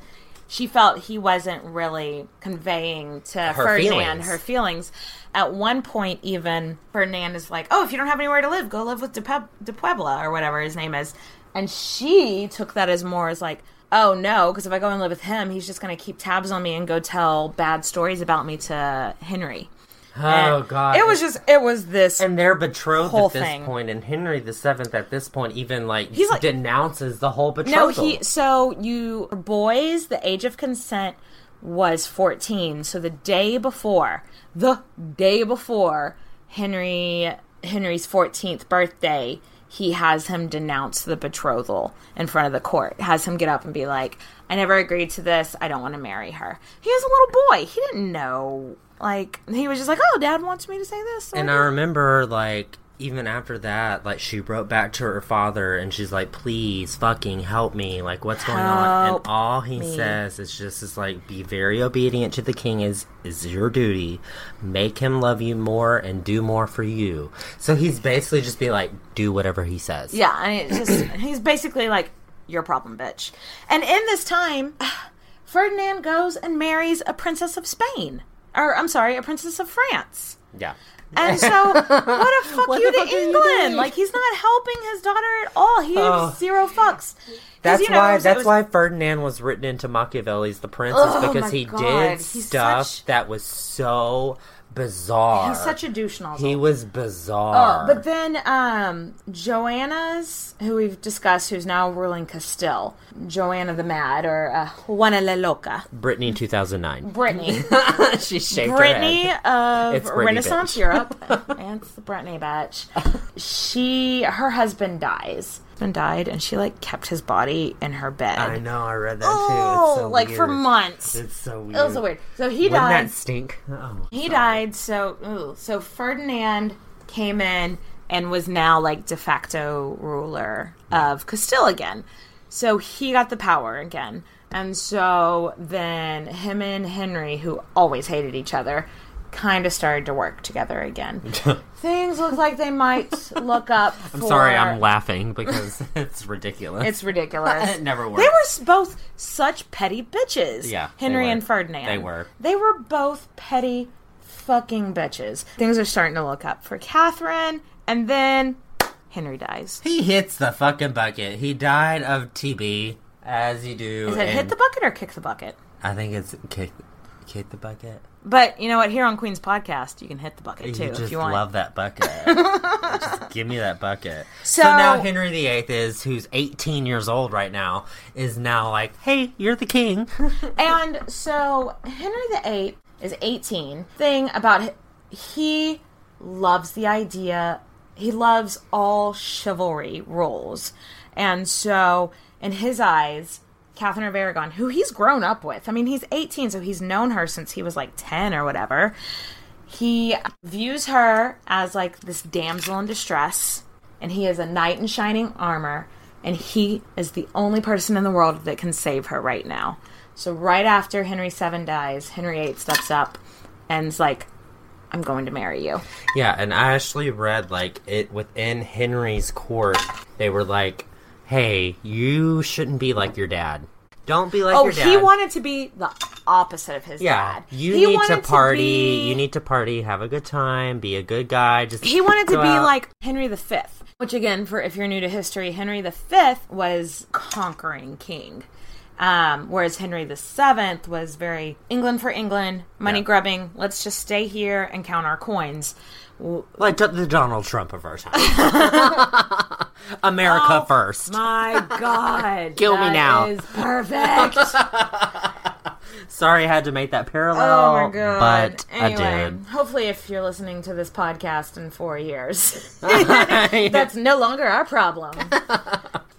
[SPEAKER 6] she felt he wasn't really conveying to
[SPEAKER 5] Her
[SPEAKER 6] Ferdinand
[SPEAKER 5] feelings.
[SPEAKER 6] her feelings. At one point, even Ferdinand is like, "Oh, if you don't have anywhere to live, go live with De, Pub- De Puebla or whatever his name is." And she took that as more as like, "Oh no, because if I go and live with him, he's just going to keep tabs on me and go tell bad stories about me to Henry."
[SPEAKER 5] Oh
[SPEAKER 6] And
[SPEAKER 5] God!
[SPEAKER 6] It was just it was this
[SPEAKER 5] and they're betrothed
[SPEAKER 6] whole
[SPEAKER 5] at this
[SPEAKER 6] thing.
[SPEAKER 5] point, and Henry the Seventh at this point even like
[SPEAKER 6] He's like-
[SPEAKER 5] denounces the whole betrothal.
[SPEAKER 6] No, he so you boys, the age of consent was 14. So the day before, the day before Henry Henry's 14th birthday, he has him denounce the betrothal in front of the court. Has him get up and be like, "I never agreed to this. I don't want to marry her." He was a little boy. He didn't know like he was just like, "Oh, dad wants me to say this." so
[SPEAKER 5] and
[SPEAKER 6] I
[SPEAKER 5] I
[SPEAKER 6] do."
[SPEAKER 5] remember like even after that, like she wrote back to her father, and she's like, "Please, fucking help me! Like, what's going on?" And
[SPEAKER 6] Help
[SPEAKER 5] all he
[SPEAKER 6] me.
[SPEAKER 5] says is just is like, "Be very obedient to the king is is your duty. Make him love you more and do more for you." So he's basically just be like, "Do whatever he says."
[SPEAKER 6] Yeah, and it's just he's basically like your problem, bitch. And in this time, Ferdinand goes and marries a princess of Spain, or I'm sorry, a princess of France.
[SPEAKER 5] yeah.
[SPEAKER 6] And so, what a fuck
[SPEAKER 5] What
[SPEAKER 6] you
[SPEAKER 5] the
[SPEAKER 6] to
[SPEAKER 5] fuck are you
[SPEAKER 6] England!
[SPEAKER 5] doing?
[SPEAKER 6] like he's not helping his daughter at all. He
[SPEAKER 5] Oh.
[SPEAKER 6] gives zero fucks. 'Cause,
[SPEAKER 5] That's
[SPEAKER 6] you know, it
[SPEAKER 5] why.
[SPEAKER 6] was- it
[SPEAKER 5] That's
[SPEAKER 6] was-
[SPEAKER 5] why Ferdinand was written into Machiavelli's *The Prince* is
[SPEAKER 6] Oh
[SPEAKER 5] because
[SPEAKER 6] my
[SPEAKER 5] he
[SPEAKER 6] God,
[SPEAKER 5] did
[SPEAKER 6] he's
[SPEAKER 5] stuff
[SPEAKER 6] such-
[SPEAKER 5] that was so bizarre.
[SPEAKER 6] He's such a douche nozzle.
[SPEAKER 5] He was bizarre.
[SPEAKER 6] Oh, but then um, Joanna's, who we've discussed, who's now ruling Castile, Joanna the Mad or uh, Juana la Loca,
[SPEAKER 5] Brittany 2009.
[SPEAKER 6] Brittany,
[SPEAKER 5] she shaped
[SPEAKER 6] Brittany
[SPEAKER 5] her head.
[SPEAKER 6] of
[SPEAKER 5] It's Brittany
[SPEAKER 6] Renaissance
[SPEAKER 5] bitch.
[SPEAKER 6] Europe, and it's the Brittany batch. She, her husband dies. Husband died, and she like kept his body in her bed.
[SPEAKER 5] I know, I read that too.
[SPEAKER 6] Oh,
[SPEAKER 5] It's so
[SPEAKER 6] like for
[SPEAKER 5] weird.
[SPEAKER 6] months.
[SPEAKER 5] It's so weird.
[SPEAKER 6] It was so weird. So he
[SPEAKER 5] Wouldn't
[SPEAKER 6] died.
[SPEAKER 5] that stink? Oh.
[SPEAKER 6] He died, so ooh, so Ferdinand came in and was now like de facto ruler of Castile again. So he got the power again. And so then him and Henry, who always hated each other, kind of started to work together again. Things look like they might look up.
[SPEAKER 5] I'm sorry,
[SPEAKER 6] for-
[SPEAKER 5] I'm laughing because it's ridiculous.
[SPEAKER 6] It's ridiculous.
[SPEAKER 5] It never
[SPEAKER 6] They
[SPEAKER 5] works.
[SPEAKER 6] were s- both such petty bitches.
[SPEAKER 5] Yeah, they
[SPEAKER 6] Henry
[SPEAKER 5] were.
[SPEAKER 6] and Ferdinand.
[SPEAKER 5] They were.
[SPEAKER 6] They were both petty fucking bitches. Things are starting to look up for Catherine, and then Henry dies.
[SPEAKER 5] He hits the fucking bucket. He died of TB, as you do.
[SPEAKER 6] Is it hit
[SPEAKER 5] and
[SPEAKER 6] the bucket or kick the bucket?
[SPEAKER 5] I think it's kick, kick the bucket.
[SPEAKER 6] But you know what? Here on Queen's podcast, you can hit the bucket too
[SPEAKER 5] you just
[SPEAKER 6] if you want.
[SPEAKER 5] love that bucket. just give me that bucket. So,
[SPEAKER 6] So-
[SPEAKER 5] now Henry VIII is, who's 18 years old right now, is now like, hey, you're the king.
[SPEAKER 6] And so Henry VIII is 18. Thing about h- he loves the idea. He loves all chivalry roles, and so in his eyes, Catherine of Aragon, who he's grown up with. I mean, he's 18, so he's known her since he was like 10 or whatever. He views her as like this damsel in distress, and he is a knight in shining armor, and he is the only person in the world that can save her right now. So right after Henry VII dies, Henry VIII steps up and's like, "I'm going to marry you."
[SPEAKER 5] Yeah, and I actually read like it within Henry's court. They were like, "Hey, you shouldn't be like your dad. Don't be like
[SPEAKER 6] oh,
[SPEAKER 5] your dad."
[SPEAKER 6] he wanted to be the opposite of his
[SPEAKER 5] Yeah,
[SPEAKER 6] dad.
[SPEAKER 5] you
[SPEAKER 6] He
[SPEAKER 5] need
[SPEAKER 6] wanted
[SPEAKER 5] to party.
[SPEAKER 6] be-
[SPEAKER 5] You need to party. Have a good time. Be a good guy. Just
[SPEAKER 6] he wanted to
[SPEAKER 5] go
[SPEAKER 6] be
[SPEAKER 5] out.
[SPEAKER 6] like Henry V, which again, for if you're new to history, Henry V was conquering king, um, whereas Henry VII was very England for England, money grubbing. Let's just stay here and count our coins. W-
[SPEAKER 5] like the- the Donald Trump of our time. America first.
[SPEAKER 6] Oh, My God,
[SPEAKER 5] Kill me
[SPEAKER 6] that
[SPEAKER 5] now.
[SPEAKER 6] is perfect.
[SPEAKER 5] Sorry, I had to make that parallel.
[SPEAKER 6] oh my God!
[SPEAKER 5] but
[SPEAKER 6] anyway,
[SPEAKER 5] I did.
[SPEAKER 6] hopefully, if you're listening to this podcast in four years, That's no longer our problem.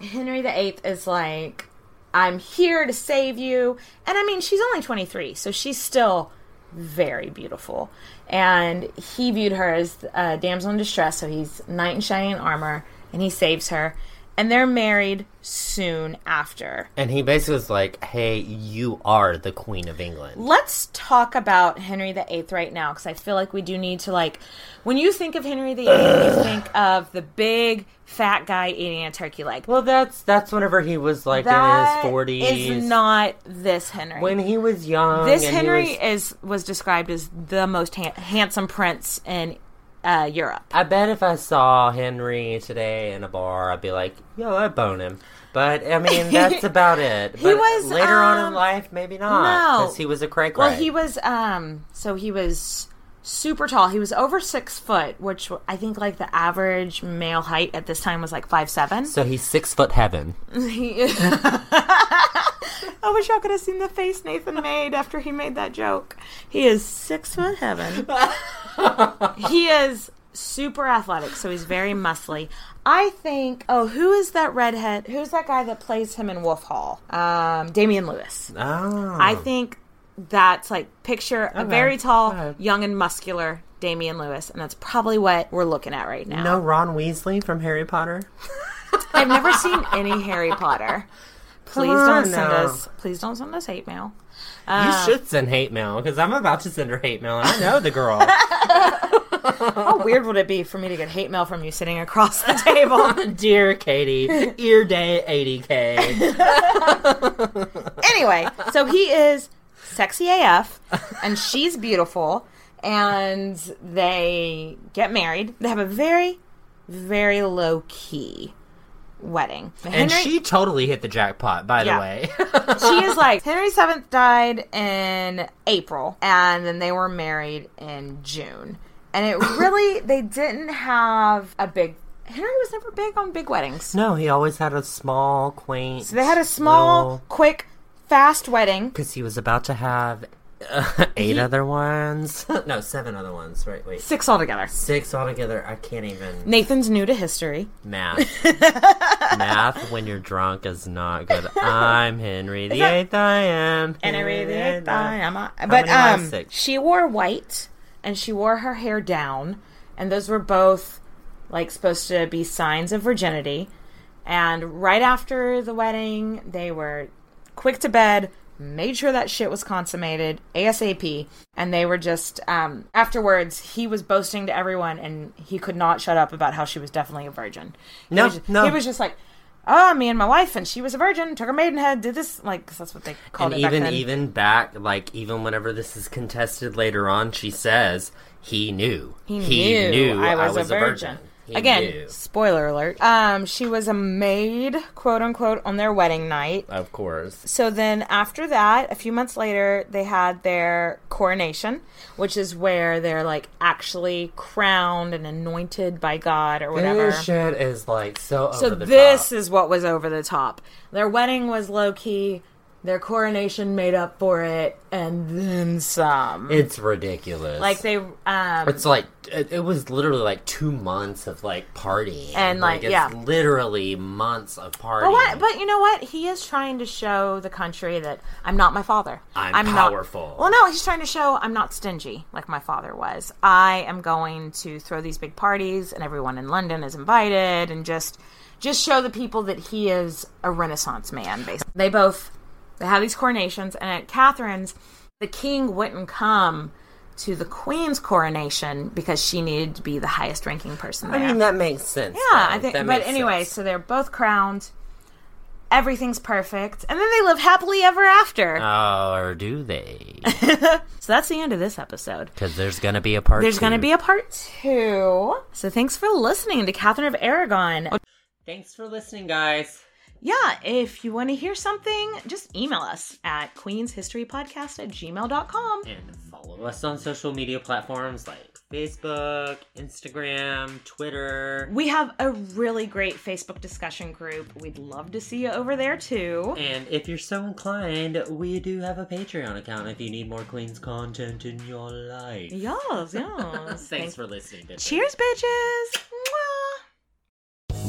[SPEAKER 6] Henry VIII is like, I'm here to save you. And I mean, she's only 23, so she's still very beautiful. And he viewed her as a damsel in distress, so he's knight in shining armor, and he saves her. And they're married soon after.
[SPEAKER 5] And he basically was like, "Hey, you are the Queen of England."
[SPEAKER 6] Let's talk about Henry VIII right now because I feel like we do need to like. When you think of Henry VIII, you think of the big fat guy eating a turkey leg.
[SPEAKER 5] Well, that's that's whenever he was like in
[SPEAKER 6] That
[SPEAKER 5] his forties.
[SPEAKER 6] is not this Henry.
[SPEAKER 5] when he was young.
[SPEAKER 6] this
[SPEAKER 5] and he
[SPEAKER 6] Henry
[SPEAKER 5] was-
[SPEAKER 6] is was described as the most ha- handsome prince in uh, Europe.
[SPEAKER 5] I bet if I saw Henry today in a bar, I'd be like, "Yo, I bone him." But I mean, that's about it.
[SPEAKER 6] He
[SPEAKER 5] But
[SPEAKER 6] was,
[SPEAKER 5] later on
[SPEAKER 6] um,
[SPEAKER 5] in life, maybe not,
[SPEAKER 6] no.
[SPEAKER 5] because he was a crank.
[SPEAKER 6] Well, he was um so he was super tall. He was over six foot, which I think like the average male height at this time was like five seven.
[SPEAKER 5] So he's six foot heaven.
[SPEAKER 6] He- I wish y'all could have seen the face Nathan made after he made that joke. He is six foot heaven. he is super athletic, so he's very muscly. I think. Oh, who is that redhead? Who's that guy that plays him in Wolf Hall? Um, Damian Lewis.
[SPEAKER 5] Oh,
[SPEAKER 6] I think that's like picture a very tall,
[SPEAKER 5] Alright.
[SPEAKER 6] young and muscular Damian Lewis, and that's probably what we're looking at right now.
[SPEAKER 5] no Oh, Ron Weasley from Harry Potter.
[SPEAKER 6] I've never seen any Harry Potter. Please
[SPEAKER 5] on
[SPEAKER 6] don't send
[SPEAKER 5] now.
[SPEAKER 6] us. Please don't send us hate mail. Uh.
[SPEAKER 5] you should send hate mail because I'm about to send her hate mail, and I know the girl.
[SPEAKER 6] How weird would it be for me to get hate mail from you sitting across the table?
[SPEAKER 5] Dear Katie, ear day 80k.
[SPEAKER 6] anyway, so he is sexy AF, and she's beautiful, and they get married. They have a very, very low key wedding.
[SPEAKER 5] And she totally hit the jackpot, by
[SPEAKER 6] Yeah.
[SPEAKER 5] the way.
[SPEAKER 6] she is like Henry VII died in April, and then they were married in June. And it really they didn't have a big. Henry was never big on big weddings.
[SPEAKER 5] no, he always had a small, quaint.
[SPEAKER 6] So they had a small, quick, fast wedding.
[SPEAKER 5] Because he was about to have uh, eight other ones. no, seven other ones. Right, wait.
[SPEAKER 6] Six altogether.
[SPEAKER 5] Six altogether. I can't even.
[SPEAKER 6] Nathan's new to history.
[SPEAKER 5] Math. Math when you're drunk is not good. I'm Henry the Eighth. I am.
[SPEAKER 6] Henry the Eighth, I am a-
[SPEAKER 5] How
[SPEAKER 6] But
[SPEAKER 5] many am I?
[SPEAKER 6] um,
[SPEAKER 5] Six.
[SPEAKER 6] she wore white, and she wore her hair down, and those were both like supposed to be signs of virginity. And right after the wedding, they were quick to bed, made sure that shit was consummated ASAP, and they were just um, afterwards. He was boasting to everyone, and he could not shut up about how she was definitely a virgin. He
[SPEAKER 5] No,
[SPEAKER 6] was just,
[SPEAKER 5] no.
[SPEAKER 6] he was just like. Oh, me and my wife, and she was a virgin. Took her maidenhead, did this like 'cause that's what they called
[SPEAKER 5] and
[SPEAKER 6] it. back
[SPEAKER 5] even
[SPEAKER 6] then.
[SPEAKER 5] even back like even whenever this is contested later on she says he knew
[SPEAKER 6] He, knew, I, was a virgin.
[SPEAKER 5] He
[SPEAKER 6] Again,
[SPEAKER 5] knew.
[SPEAKER 6] spoiler alert. Um, she was a maid, quote unquote, on their wedding night.
[SPEAKER 5] of course
[SPEAKER 6] So then, after that, a few months later, they had their coronation, which is where they're like actually crowned and anointed by God or whatever.
[SPEAKER 5] this shit is like so over
[SPEAKER 6] So
[SPEAKER 5] the
[SPEAKER 6] this
[SPEAKER 5] top.
[SPEAKER 6] is what was over the top. Their wedding was low key. Their coronation made up for it, and then some.
[SPEAKER 5] it's ridiculous
[SPEAKER 6] like they, um,
[SPEAKER 5] it's like it, it was literally like two months of like partying
[SPEAKER 6] And, like,
[SPEAKER 5] it's
[SPEAKER 6] yeah.
[SPEAKER 5] literally months of partying
[SPEAKER 6] But what? But you know what? He is trying to show the country that I'm not my father.
[SPEAKER 5] I'm
[SPEAKER 6] not-
[SPEAKER 5] powerful.
[SPEAKER 6] well, no, he's trying to show I'm not stingy like my father was. I am going to throw these big parties, and everyone in London is invited, and just just show the people that he is a Renaissance man. Basically, they both they have these coronations, and at Catherine's, the king wouldn't come. To the queen's coronation because she needed to be the highest ranking person
[SPEAKER 5] i
[SPEAKER 6] there.
[SPEAKER 5] mean that makes sense
[SPEAKER 6] Yeah,
[SPEAKER 5] though.
[SPEAKER 6] I think.
[SPEAKER 5] That
[SPEAKER 6] But
[SPEAKER 5] makes
[SPEAKER 6] anyway,
[SPEAKER 5] sense.
[SPEAKER 6] so they're both crowned. Everything's perfect, and then they live happily ever after.
[SPEAKER 5] Oh, or do they
[SPEAKER 6] so that's the end of this episode.
[SPEAKER 5] because there's gonna be a part
[SPEAKER 6] There's going to
[SPEAKER 5] two.
[SPEAKER 6] be a part two. So thanks for listening to Catherine of Aragon.
[SPEAKER 5] thanks for listening guys
[SPEAKER 6] Yeah, if you want to hear something, just email us at queenshistorypodcast at gmail.com.
[SPEAKER 5] and follow us on social media platforms like Facebook, Instagram, Twitter,
[SPEAKER 6] We have a really great Facebook discussion group. We'd love to see you over there too.
[SPEAKER 5] and if you're so inclined, we do have a Patreon account if you need more Queens content in your life.
[SPEAKER 6] Yes, yes.
[SPEAKER 5] Thanks, for listening. bitches.
[SPEAKER 6] Cheers, bitches. Mwah.